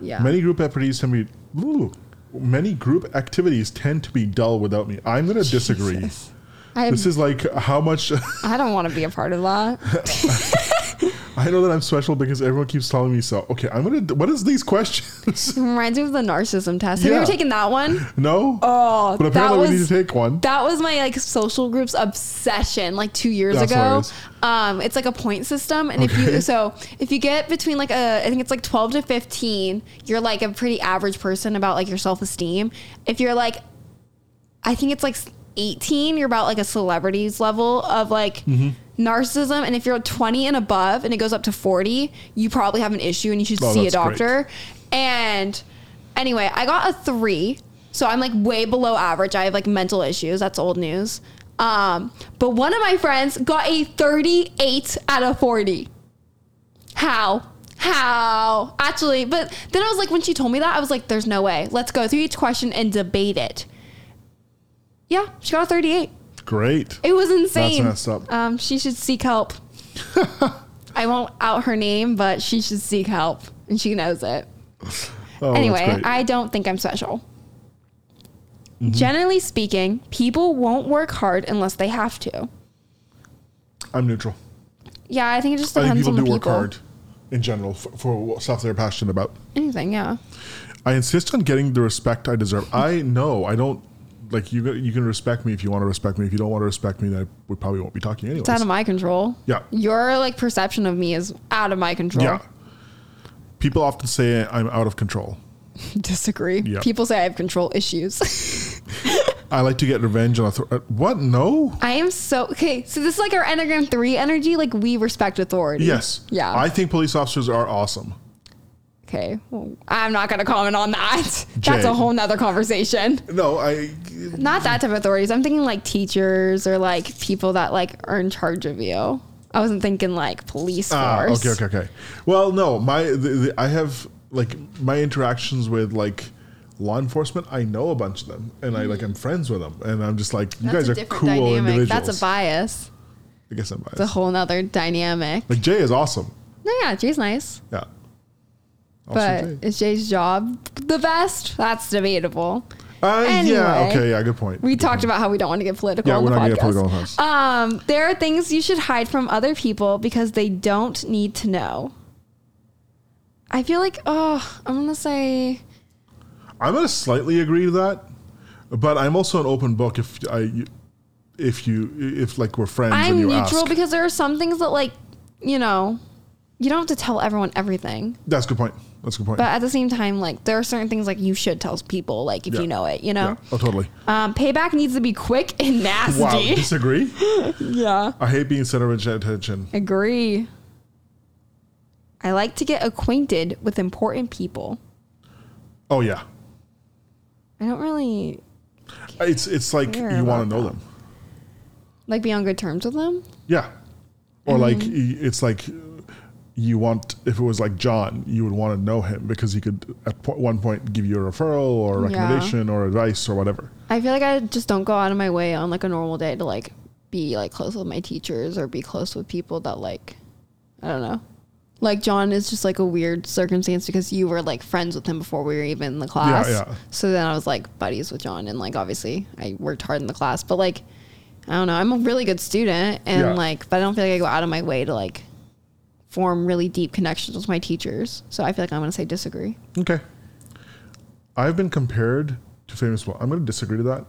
Speaker 2: Yeah.
Speaker 1: Many group activities can be. Ooh, many group activities tend to be dull without me. I'm going to disagree.
Speaker 2: I
Speaker 1: This is like how much
Speaker 2: I don't want to be a part of that.
Speaker 1: I know that I'm special because everyone keeps telling me so. Okay, I'm gonna. What is these questions?
Speaker 2: Reminds me of the narcissism test. Have you
Speaker 1: Yeah.
Speaker 2: ever taken that one?
Speaker 1: no.
Speaker 2: Oh,
Speaker 1: but apparently
Speaker 2: that
Speaker 1: we need
Speaker 2: was-
Speaker 1: to take one.
Speaker 2: That was my like social group's obsession like two years
Speaker 1: That's what it
Speaker 2: ago.
Speaker 1: is.
Speaker 2: Um, it's like a point system, and if
Speaker 1: Okay.
Speaker 2: you so if you get between like a I think it's like twelve to fifteen, you're like a pretty average person about like your self esteem. If you're like, I think it's like eighteen, you're about like a celebrities level of like.
Speaker 1: Mm-hmm.
Speaker 2: Narcissism, and if you're 20 and above and it goes up to 40, you probably have an issue and you should
Speaker 1: Oh,
Speaker 2: see a
Speaker 1: that's great.
Speaker 2: doctor. And anyway, I got a three. So I'm like way below average. I have like mental issues. That's old news. Um, but one of my friends got a 38 out of 40. How? How? Actually, but then I was like, when she told me that, I was like, there's no way. Let's go through each question and debate it. Yeah, she got a 38.
Speaker 1: Great. Oh,
Speaker 2: It was insane.
Speaker 1: messed up.
Speaker 2: Um, she should seek help. I won't out her name, but she should seek help, and she knows it.
Speaker 1: Oh, that's
Speaker 2: anyway,
Speaker 1: great. Mm-hmm.
Speaker 2: I don't think I'm special. Generally speaking, people won't work hard unless they have to.
Speaker 1: I'm neutral.
Speaker 2: Yeah, I think it just
Speaker 1: I think
Speaker 2: depends
Speaker 1: people do
Speaker 2: on the
Speaker 1: work
Speaker 2: people.
Speaker 1: hard in general for, for what stuff they're passionate about.
Speaker 2: Anything, yeah.
Speaker 1: I insist on getting the respect I deserve. I know I don't like you. You can respect me if you want to respect me. If you don't want to respect me, then we probably won't be talking anyways.
Speaker 2: It's out of my control.
Speaker 1: Yeah.
Speaker 2: Your like perception of me is out of my control.
Speaker 1: yeah. People often say I'm out of control.
Speaker 2: Disagree.
Speaker 1: Yeah.
Speaker 2: People say I have control issues.
Speaker 1: I like to get revenge on author- uh, what? No.
Speaker 2: I am so okay. So this is like our Enneagram three energy. Like we respect authority.
Speaker 1: Yes.
Speaker 2: Yeah.
Speaker 1: I think police officers are awesome.
Speaker 2: okay. Well, I'm not gonna comment on that. That's
Speaker 1: Jay.
Speaker 2: a whole nother conversation.
Speaker 1: No, I.
Speaker 2: Not that type of authorities. I'm thinking like teachers or like people that like are in charge of you. I wasn't thinking like police
Speaker 1: Ah,
Speaker 2: force.
Speaker 1: okay, okay, okay. Well, no, my the, the, I have like my interactions with like law enforcement. I know a bunch of them, and I like I'm friends with them, and I'm just like you
Speaker 2: Hmm. That's
Speaker 1: guys
Speaker 2: a
Speaker 1: are
Speaker 2: different
Speaker 1: cool
Speaker 2: dynamic.
Speaker 1: individuals.
Speaker 2: That's a bias.
Speaker 1: I guess I'm biased.
Speaker 2: It's a whole nother dynamic.
Speaker 1: Like Jay is awesome.
Speaker 2: No, yeah, Jay's nice.
Speaker 1: Yeah. Awesome
Speaker 2: But
Speaker 1: Jay.
Speaker 2: is Jay's job the best? That's debatable.
Speaker 1: Uh, yeah.
Speaker 2: anyway,
Speaker 1: Okay. Yeah. Good point.
Speaker 2: We
Speaker 1: Good
Speaker 2: talked
Speaker 1: point.
Speaker 2: about how we don't want to get political
Speaker 1: Yeah,
Speaker 2: on
Speaker 1: we're
Speaker 2: the
Speaker 1: not gonna
Speaker 2: podcast.
Speaker 1: get political on this.
Speaker 2: um, there are things you should hide from other people because they don't need to know. I feel like, oh, I'm gonna say
Speaker 1: I'm gonna slightly agree to that, but I'm also an open book. If I, if you, if like we're friends and
Speaker 2: I'm
Speaker 1: you
Speaker 2: neutral
Speaker 1: ask,
Speaker 2: because there are some things that, like, you know, you don't have to tell everyone everything.
Speaker 1: that's a good point. That's a good point.
Speaker 2: But at the same time, like, there are certain things like you should tell people, like, if
Speaker 1: Yeah.
Speaker 2: you know it, you know.
Speaker 1: Yeah. Oh, totally.
Speaker 2: Um, payback needs to be quick and nasty.
Speaker 1: Wow. Disagree.
Speaker 2: yeah,
Speaker 1: I hate being center of attention.
Speaker 2: agree. I like to get acquainted with important people.
Speaker 1: Oh yeah.
Speaker 2: I don't really
Speaker 1: It's it's like
Speaker 2: Care
Speaker 1: you want
Speaker 2: about
Speaker 1: to know
Speaker 2: that.
Speaker 1: them.
Speaker 2: like be on good terms with them.
Speaker 1: Yeah.
Speaker 2: Mm-hmm.
Speaker 1: Or like y- it's like you want if it was like John, you would want to know him because he could at po- one point give you a referral or a
Speaker 2: Yeah.
Speaker 1: recommendation or advice or whatever.
Speaker 2: I feel like I just don't go out of my way on like a normal day to like be like close with my teachers or be close with people that like I don't know. Like John is just like a weird circumstance because you were like friends with him before we were even in the class.
Speaker 1: yeah.
Speaker 2: So then I was like buddies with John and like obviously I worked hard in the class, but like I don't know, I'm a really good student and
Speaker 1: Yeah.
Speaker 2: like but I don't feel like I go out of my way to like form really deep connections with my teachers. So I feel like I'm gonna say disagree.
Speaker 1: Okay. I've been compared to famous people. I'm going to disagree to that.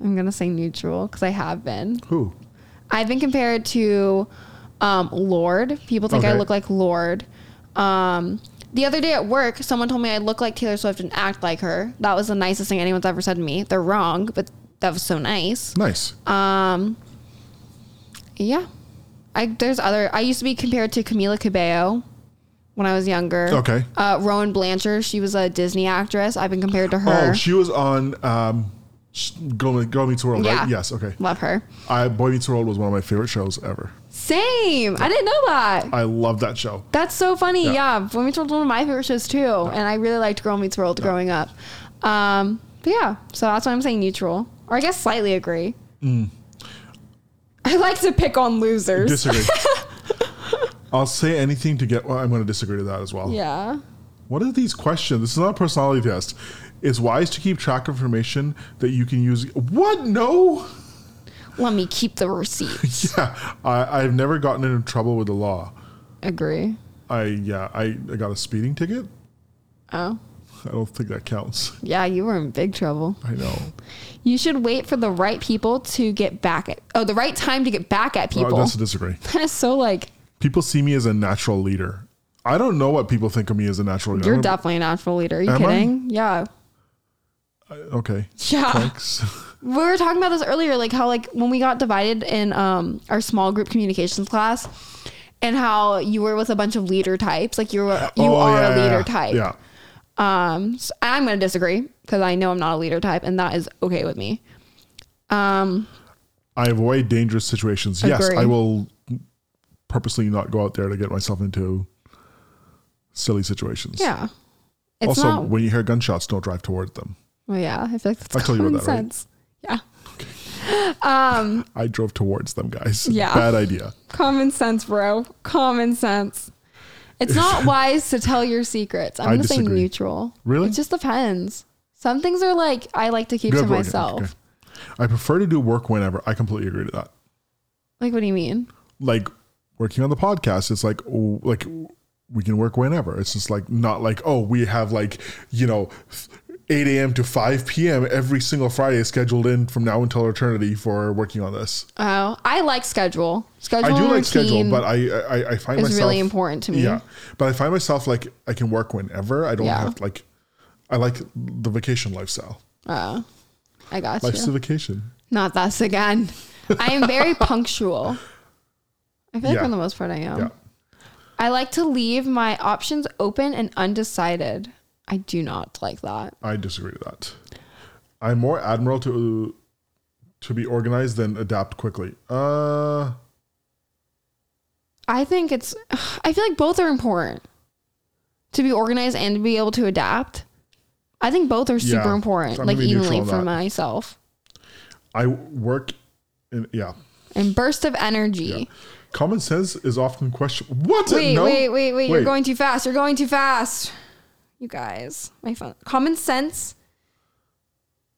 Speaker 2: I'm gonna say neutral because I have been.
Speaker 1: Who?
Speaker 2: I've been compared to um, Lord. People think I
Speaker 1: Okay.
Speaker 2: look like Lord. Um, the other day at work, someone told me I look like Taylor Swift and act like her. That was the nicest thing anyone's ever said to me. They're wrong, but that was so nice.
Speaker 1: Nice.
Speaker 2: Um, yeah. I, there's other. I used to be compared to Camila Cabello when I was younger.
Speaker 1: Okay.
Speaker 2: Uh, Rowan Blanchard. She was a Disney actress. I've been compared to her.
Speaker 1: oh, she was on um sh- Girl, Me- Girl Meets World, right? Yes, okay.
Speaker 2: Love her.
Speaker 1: I Boy Meets World was one of my favorite shows ever.
Speaker 2: Same. I didn't know that.
Speaker 1: I love that show.
Speaker 2: That's so funny.
Speaker 1: Yeah.
Speaker 2: Yeah. Boy Meets World was one of my favorite shows too. And I really liked Girl Meets World growing up. Um, but yeah, so that's why I'm saying neutral. Or I guess slightly agree.
Speaker 1: Mm.
Speaker 2: I like to pick on losers.
Speaker 1: Disagree. I'll say anything to get. Well, I'm going to disagree to that as well.
Speaker 2: yeah.
Speaker 1: What are these questions? This is not a personality test. It's wise to keep track of information that you can use. What? No.
Speaker 2: Let me keep the receipts.
Speaker 1: Yeah, I, I've never gotten into trouble with the law.
Speaker 2: Agree.
Speaker 1: I yeah, I, I got a speeding ticket.
Speaker 2: Oh.
Speaker 1: I don't think that counts.
Speaker 2: Yeah, you were in big trouble.
Speaker 1: I know.
Speaker 2: You should wait for the right people to get back at oh, the right time to get back at
Speaker 1: Oh,
Speaker 2: people.
Speaker 1: that's a disagree.
Speaker 2: that is so like
Speaker 1: People see me as a natural leader. I don't know what people think of me as a natural leader.
Speaker 2: you're
Speaker 1: I'm-
Speaker 2: definitely a natural leader. Are you
Speaker 1: Am I?
Speaker 2: kidding? Yeah.
Speaker 1: Okay.
Speaker 2: Yeah.
Speaker 1: Thanks.
Speaker 2: we were talking about this earlier like how like when we got divided in um our small group communications class and how you were with a bunch of leader types like you were you
Speaker 1: Oh,
Speaker 2: are
Speaker 1: yeah,
Speaker 2: a
Speaker 1: yeah,
Speaker 2: leader
Speaker 1: yeah.
Speaker 2: type
Speaker 1: Yeah.
Speaker 2: um so i'm gonna disagree because i know i'm not a leader type and that is okay with me um
Speaker 1: I avoid dangerous situations. Yes,
Speaker 2: Agree.
Speaker 1: I will purposely not go out there to get myself into silly situations.
Speaker 2: yeah it's
Speaker 1: also,
Speaker 2: not
Speaker 1: when you hear gunshots, don't drive toward them.
Speaker 2: well yeah i feel like that's
Speaker 1: I told you
Speaker 2: common
Speaker 1: about that, right?
Speaker 2: sense yeah um
Speaker 1: I drove towards them, guys.
Speaker 2: Yeah.
Speaker 1: Bad idea.
Speaker 2: common sense bro common sense it's not wise to tell your secrets i'm
Speaker 1: I
Speaker 2: gonna say
Speaker 1: disagree.
Speaker 2: neutral
Speaker 1: Really?
Speaker 2: It just depends. Some things are like I like to keep
Speaker 1: Good
Speaker 2: to
Speaker 1: work.
Speaker 2: myself.
Speaker 1: Okay. I prefer to do work whenever. I completely agree to that.
Speaker 2: Like, what do you mean?
Speaker 1: Like working on the podcast, it's like oh, like we can work whenever. It's just like not like oh we have like you know. 8 a.m. to 5 p.m. every single Friday is scheduled in from now until eternity for working on this.
Speaker 2: Oh, I like schedule. Schedule.
Speaker 1: I do
Speaker 2: and
Speaker 1: like schedule,
Speaker 2: routine
Speaker 1: but I I, I find
Speaker 2: is
Speaker 1: myself
Speaker 2: really important to me.
Speaker 1: Yeah, but I find myself like I can work whenever. I don't
Speaker 2: Yeah.
Speaker 1: have like I like the vacation lifestyle.
Speaker 2: Oh, I got
Speaker 1: Life's
Speaker 2: you.
Speaker 1: the vacation.
Speaker 2: Not us again. I am very punctual. I feel like
Speaker 1: Yeah.
Speaker 2: for the most part I am.
Speaker 1: Yeah.
Speaker 2: I like to leave my options open and undecided. I do not like that.
Speaker 1: I disagree with that. I'm more admiral to to be organized than adapt quickly. Uh,
Speaker 2: I think it's. I feel like both are important. To be organized and to be able to adapt, I think both are super
Speaker 1: Yeah.
Speaker 2: important.
Speaker 1: So I'm
Speaker 2: like
Speaker 1: gonna be neutral
Speaker 2: evenly
Speaker 1: on that.
Speaker 2: for myself
Speaker 1: I work in yeah.
Speaker 2: and burst of energy.
Speaker 1: Common sense is often questioned. What?
Speaker 2: Wait,
Speaker 1: no?
Speaker 2: wait, wait, wait! You're
Speaker 1: Wait.
Speaker 2: going too fast. You're going too fast. You guys, my phone. Common sense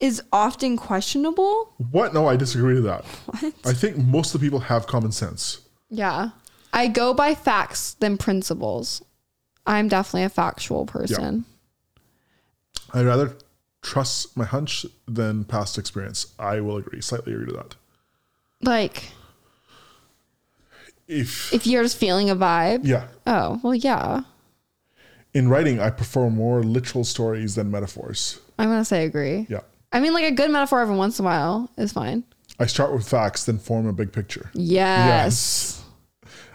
Speaker 2: is often questionable.
Speaker 1: What? No, I disagree with that.
Speaker 2: What?
Speaker 1: I think most of the people have common sense.
Speaker 2: Yeah, I go by facts than principles. I'm definitely a factual person.
Speaker 1: I'd rather trust my hunch than past experience. I will agree, slightly agree to that.
Speaker 2: Like,
Speaker 1: If
Speaker 2: if you're just feeling a vibe,
Speaker 1: yeah,
Speaker 2: oh well, yeah.
Speaker 1: in writing, I prefer more literal stories than metaphors.
Speaker 2: I'm gonna say agree.
Speaker 1: Yeah,
Speaker 2: I mean, like a good metaphor every once in a while is fine.
Speaker 1: I start with facts, then form a big picture.
Speaker 2: Yes.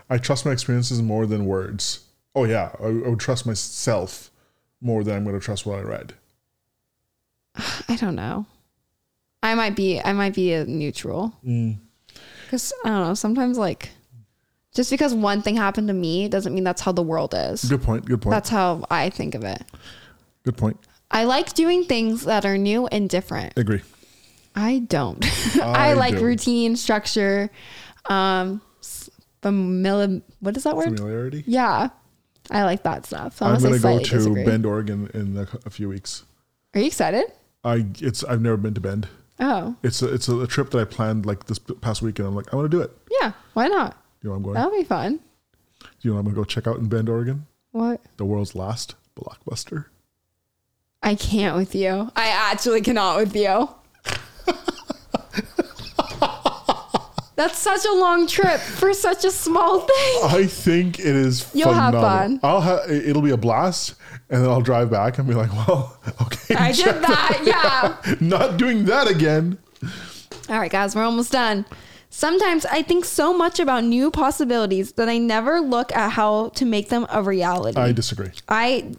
Speaker 1: I trust my experiences more than words. Oh yeah, I, I would trust myself more than I'm going to trust what I read.
Speaker 2: I don't know. I might be. I might be a neutral. Because I don't know. Sometimes like, just because one thing happened to me doesn't mean that's how the world is.
Speaker 1: Good point. Good point.
Speaker 2: That's how I think of it.
Speaker 1: good point.
Speaker 2: I like doing things that are new and different.
Speaker 1: Agree.
Speaker 2: I don't. I,
Speaker 1: I
Speaker 2: like
Speaker 1: do.
Speaker 2: routine, structure, um, s- familiar. What is that word?
Speaker 1: Familiarity.
Speaker 2: Yeah, I like that stuff. So I'm,
Speaker 1: I'm going to
Speaker 2: gonna, say
Speaker 1: go
Speaker 2: slightly
Speaker 1: to
Speaker 2: disagree.
Speaker 1: Bend, Oregon, in a, a few weeks.
Speaker 2: Are you excited?
Speaker 1: I it's I've never been to Bend.
Speaker 2: Oh,
Speaker 1: It's a, it's a, trip that I planned like this p- past weekend. I'm like, I want to do it.
Speaker 2: yeah. Why not?
Speaker 1: You know, where I'm going.
Speaker 2: That'll be fun.
Speaker 1: You know, what I'm gonna go check out in Bend, Oregon.
Speaker 2: What?
Speaker 1: The world's last blockbuster.
Speaker 2: I can't with you. I actually cannot with you. That's such a long trip for such a small thing.
Speaker 1: I think it is.
Speaker 2: You'll have
Speaker 1: phenomenal.
Speaker 2: fun.
Speaker 1: I'll have. It'll be a blast, and then I'll drive back and be like, well, okay,
Speaker 2: I did that. Yeah.
Speaker 1: not doing that again.
Speaker 2: All right, guys, we're almost done. Sometimes I think so much about new possibilities that I never look at how to make them a reality.
Speaker 1: I
Speaker 2: I,
Speaker 1: disagree.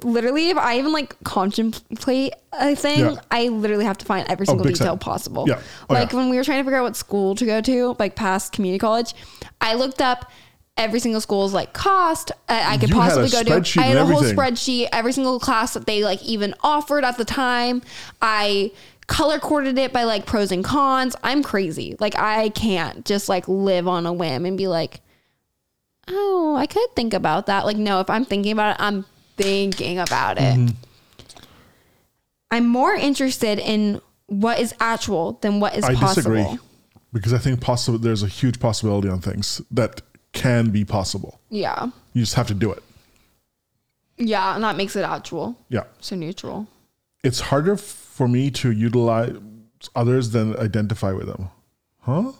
Speaker 2: literally, if I even like contemplate a thing,
Speaker 1: Yeah. Oh,
Speaker 2: I literally have to find every single
Speaker 1: big
Speaker 2: detail
Speaker 1: time.
Speaker 2: possible.
Speaker 1: Yeah. Oh,
Speaker 2: like
Speaker 1: yeah.
Speaker 2: when we were trying to figure out what school to go to, like past community college, I looked up every single school's like cost I, I could
Speaker 1: You had a
Speaker 2: possibly go to.
Speaker 1: spreadsheet
Speaker 2: I had a
Speaker 1: and
Speaker 2: whole
Speaker 1: everything.
Speaker 2: spreadsheet, every single class that they like even offered at the time. I color coded it by like pros and cons. I'm crazy. Like I can't just like live on a whim and be like, oh, I could think about that. Like no, if I'm thinking about it, I'm thinking about it.
Speaker 1: Mm-hmm.
Speaker 2: I'm more interested in what is actual than what is
Speaker 1: I
Speaker 2: possible.
Speaker 1: disagree. because I think possible there's a huge possibility on things that can be possible.
Speaker 2: Yeah.
Speaker 1: You just have to do it.
Speaker 2: Yeah. And that makes it actual.
Speaker 1: Yeah.
Speaker 2: So neutral.
Speaker 1: It's harder for me to utilize others than identify with them. Huh?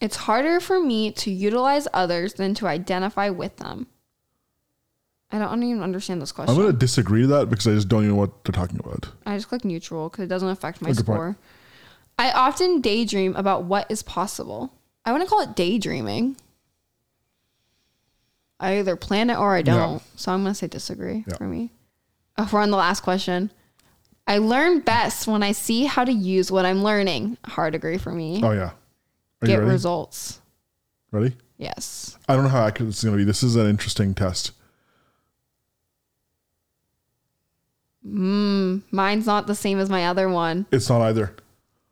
Speaker 2: It's harder for me to utilize others than to identify with them. I don't, I don't even understand this
Speaker 1: I'm
Speaker 2: question.
Speaker 1: going to disagree with that because I just don't even know what they're talking about.
Speaker 2: I just click neutral because it doesn't affect my
Speaker 1: good point.
Speaker 2: score. I often daydream about what is possible. I want to call it daydreaming. I either plan it or I don't. So I'm going to say disagree
Speaker 1: Yeah.
Speaker 2: for me. Oh, we're on the last question. I learn best when I see how to use what I'm learning. Hard agree for me.
Speaker 1: Oh, yeah. Are
Speaker 2: Get
Speaker 1: you ready?
Speaker 2: results.
Speaker 1: ready?
Speaker 2: Yes.
Speaker 1: I don't know how accurate this is going to be. This is an interesting test.
Speaker 2: Mine's not the same as my other one.
Speaker 1: It's not either.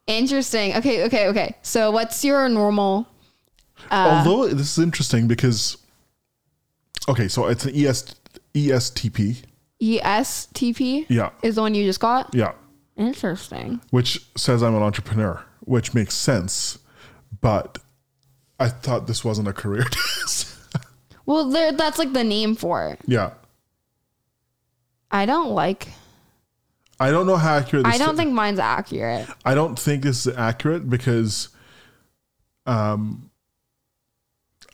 Speaker 2: Interesting. Okay, okay, okay. So what's your normal? Uh.
Speaker 1: Although this is interesting because, okay, so it's an E ES, ESTP.
Speaker 2: E ESTP
Speaker 1: Yeah.
Speaker 2: is the one you just got?
Speaker 1: Yeah.
Speaker 2: Interesting.
Speaker 1: which says I'm an entrepreneur, which makes sense. But I thought this wasn't a career test.
Speaker 2: Well, there, that's like the name for it.
Speaker 1: yeah.
Speaker 2: I don't like.
Speaker 1: I don't know how accurate this
Speaker 2: I don't think mine's accurate.
Speaker 1: I don't think this is accurate because um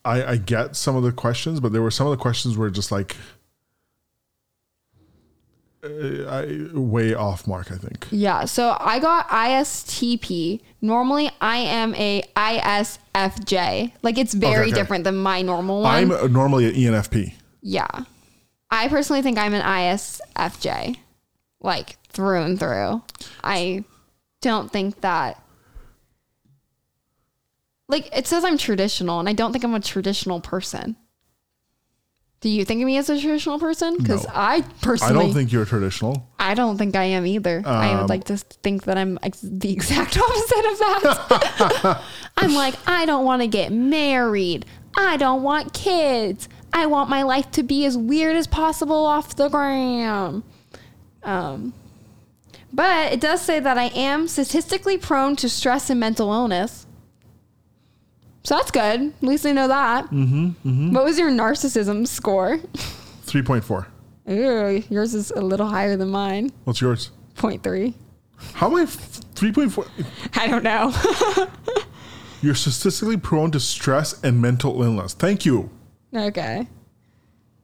Speaker 1: I I get some of the questions, but there were some of the questions were just like uh, I way off mark, I think.
Speaker 2: Yeah. So I got ISTP. Normally, I am a ISFJ. Like it's very
Speaker 1: okay.
Speaker 2: different than my normal
Speaker 1: I'm
Speaker 2: one.
Speaker 1: normally an E ENFP.
Speaker 2: yeah. I personally think I'm an ISFJ, like through and through. I don't think that. Like it says I'm traditional, and I don't think I'm a traditional person. Do you think of me as a traditional person? Because
Speaker 1: No.
Speaker 2: I
Speaker 1: I
Speaker 2: personally,
Speaker 1: don't think you're traditional.
Speaker 2: I don't think I am either. I would like to think that I'm ex- the exact opposite of that. I'm like, I don't want to get married. I don't want kids. I want my life to be as weird as possible off the gram. Um, but it does say that I am statistically prone to stress and mental illness. So that's good. At least I know that. Mm-hmm, What was your narcissism score?
Speaker 1: 3.4.
Speaker 2: Ew, yours is a little higher than mine.
Speaker 1: What's yours?
Speaker 2: Point three.
Speaker 1: How am I f- 3.4?
Speaker 2: I don't know.
Speaker 1: You're statistically prone to stress and mental illness. Thank you.
Speaker 2: okay.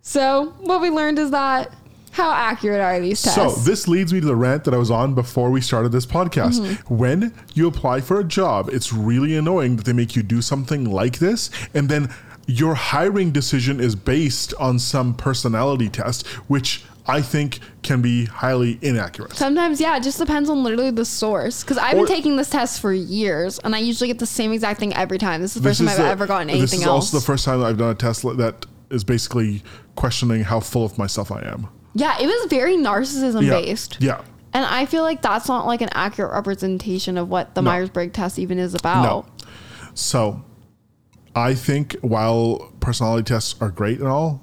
Speaker 2: So what we learned is that how accurate are these tests?
Speaker 1: So, this leads me to the rant that I was on before we started this podcast.
Speaker 2: Mm-hmm.
Speaker 1: When you apply for a job, it's really annoying that they make you do something like this. And then your hiring decision is based on some personality test, which I think can be highly inaccurate.
Speaker 2: Sometimes, yeah, it just depends on literally the source. Because I've
Speaker 1: Or-
Speaker 2: been taking this test for years, and I usually get the same exact thing every time. This is the first time I've
Speaker 1: the-
Speaker 2: ever gotten
Speaker 1: This
Speaker 2: anything
Speaker 1: is
Speaker 2: else.
Speaker 1: also the first time that I've done a test li- that is basically questioning how full of myself I am.
Speaker 2: yeah, it was very narcissism
Speaker 1: Yeah.
Speaker 2: based,
Speaker 1: Yeah.
Speaker 2: and I feel like that's not like an accurate representation of what the
Speaker 1: No.
Speaker 2: Myers Briggs test even is about.
Speaker 1: No. So I think while personality tests are great and all,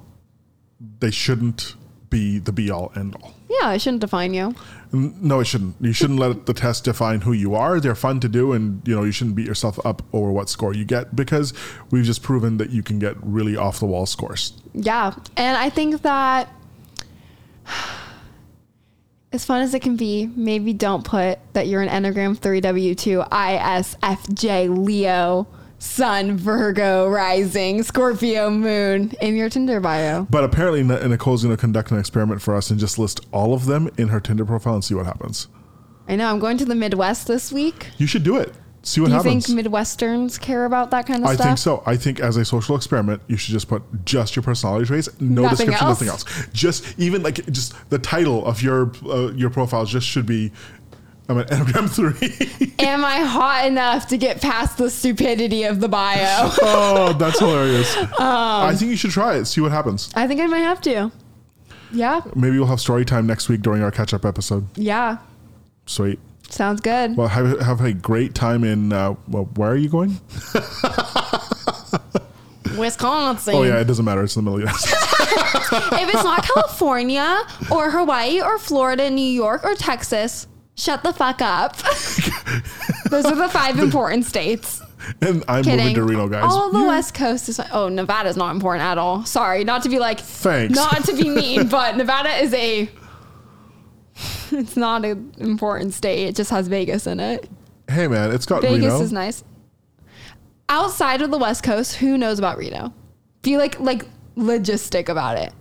Speaker 1: they shouldn't be the be all end all.
Speaker 2: Yeah, it shouldn't define you.
Speaker 1: N- No, it shouldn't. You shouldn't let the test define who you are. They're fun to do, and you know you shouldn't beat yourself up over what score you get because we've just proven that you can get really off the wall scores.
Speaker 2: Yeah. And I think that as fun as it can be, maybe don't put that you're an Enneagram 3W2 ISFJ Leo Sun Virgo Rising Scorpio Moon in your Tinder bio.
Speaker 1: But apparently, N- Nicole's going to conduct an experiment for us and just list all of them in her Tinder profile and see what happens.
Speaker 2: I know I'm going to the Midwest this week.
Speaker 1: You should do it. See what
Speaker 2: Do you
Speaker 1: happens.
Speaker 2: think Midwesterns care about that kind of
Speaker 1: I
Speaker 2: stuff?
Speaker 1: think so. I think as a social experiment, you should just put just your personality traits, no
Speaker 2: Nothing
Speaker 1: description,
Speaker 2: else?
Speaker 1: nothing else. Just even like just the title of your uh, your profile just should be I'm an Enneagram three.
Speaker 2: Am I hot enough to get past the stupidity of the bio?
Speaker 1: oh, that's hilarious.
Speaker 2: Um,
Speaker 1: I think you should try it. See what happens.
Speaker 2: I think I might have to. Yeah.
Speaker 1: Maybe we'll have story time next week during our catch up episode.
Speaker 2: Yeah.
Speaker 1: Sweet.
Speaker 2: Sounds good.
Speaker 1: Well, have, have a great time in. Uh, well, where are you going?
Speaker 2: Wisconsin.
Speaker 1: Oh yeah, it doesn't matter. It's in the middle. of the-
Speaker 2: if it's not California or Hawaii or Florida, New York or Texas, shut the fuck up. Those are the five important states.
Speaker 1: and I'm moving
Speaker 2: Kidding.
Speaker 1: to Reno, guys.
Speaker 2: All of the
Speaker 1: Yeah.
Speaker 2: West Coast is oh Nevada's not important at all. Sorry, not to be like
Speaker 1: Thanks.
Speaker 2: Not to be mean, but Nevada is a. It's not an important state. It just has Vegas in it.
Speaker 1: hey, man, it's got
Speaker 2: Vegas
Speaker 1: Reno.
Speaker 2: is nice. Outside of the West Coast, who knows about Reno? Be like like logistic about it.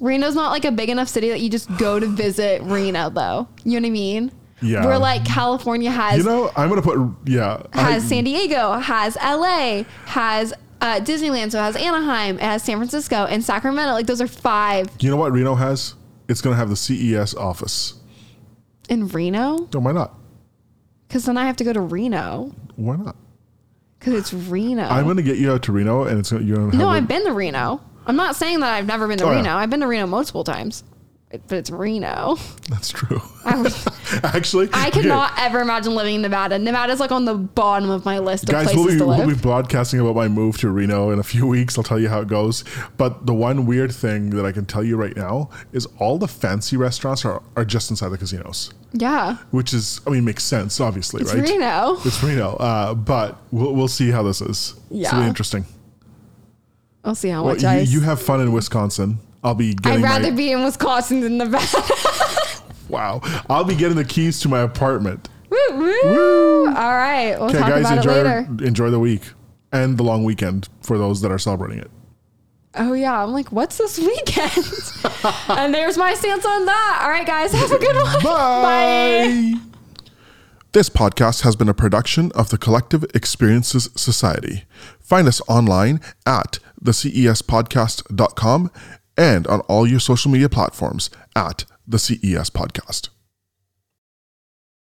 Speaker 2: Reno's not like a big enough city that you just go to visit Reno though. You know what I mean?
Speaker 1: Yeah.
Speaker 2: Where like California has
Speaker 1: you know, I'm gonna put yeah.
Speaker 2: has
Speaker 1: I-
Speaker 2: San Diego, has LA, has uh, Disneyland, so it has Anaheim, it has San Francisco and Sacramento. Like those are five
Speaker 1: you know what Reno has? It's gonna have the CES office.
Speaker 2: in Reno.
Speaker 1: No, why not?
Speaker 2: Because then I have to go to Reno
Speaker 1: Why not?
Speaker 2: because it's Reno.
Speaker 1: I'm gonna get you out to Reno, and it's gonna, you're gonna have
Speaker 2: no,
Speaker 1: a-
Speaker 2: I've been to Reno. I'm not saying that I've never been to
Speaker 1: Oh, yeah.
Speaker 2: Reno. I've been to Reno multiple times, It- but it's Reno.
Speaker 1: that's true.
Speaker 2: I, would-
Speaker 1: Actually,
Speaker 2: I
Speaker 1: okay,
Speaker 2: could not ever imagine living in Nevada. Nevada's like on the bottom of my list of
Speaker 1: Guys,
Speaker 2: places
Speaker 1: we'll be,
Speaker 2: to live.
Speaker 1: we'll be broadcasting about my move to Reno in a few weeks. I'll tell you how it goes. But the one weird thing that I can tell you right now is all the fancy restaurants are, are just inside the casinos,
Speaker 2: yeah,
Speaker 1: which is, I mean, makes sense, obviously,
Speaker 2: it's
Speaker 1: right?
Speaker 2: Reno.
Speaker 1: It's Reno. Uh, but we'll, we'll see how this is. It's
Speaker 2: Yeah.
Speaker 1: really interesting.
Speaker 2: I'll see how
Speaker 1: Well,
Speaker 2: much I.
Speaker 1: you, you have fun in Wisconsin. I'll be
Speaker 2: I'd
Speaker 1: getting
Speaker 2: rather
Speaker 1: my,
Speaker 2: be in Wisconsin than Nevada.
Speaker 1: wow. I'll be getting the keys to my apartment.
Speaker 2: Woo, woo. All right. We'll
Speaker 1: Okay,
Speaker 2: talk
Speaker 1: guys,
Speaker 2: about
Speaker 1: enjoy
Speaker 2: it later.
Speaker 1: enjoy the week and the long weekend for those that are celebrating it.
Speaker 2: Oh, yeah. I'm like, what's this weekend? and there's my stance on that. All right, guys. Have a good one.
Speaker 1: Bye. This podcast has been a production of the Collective Experiences Society. Find us online at E thecespodcast.com and on all your social media platforms at the CES E Podcast.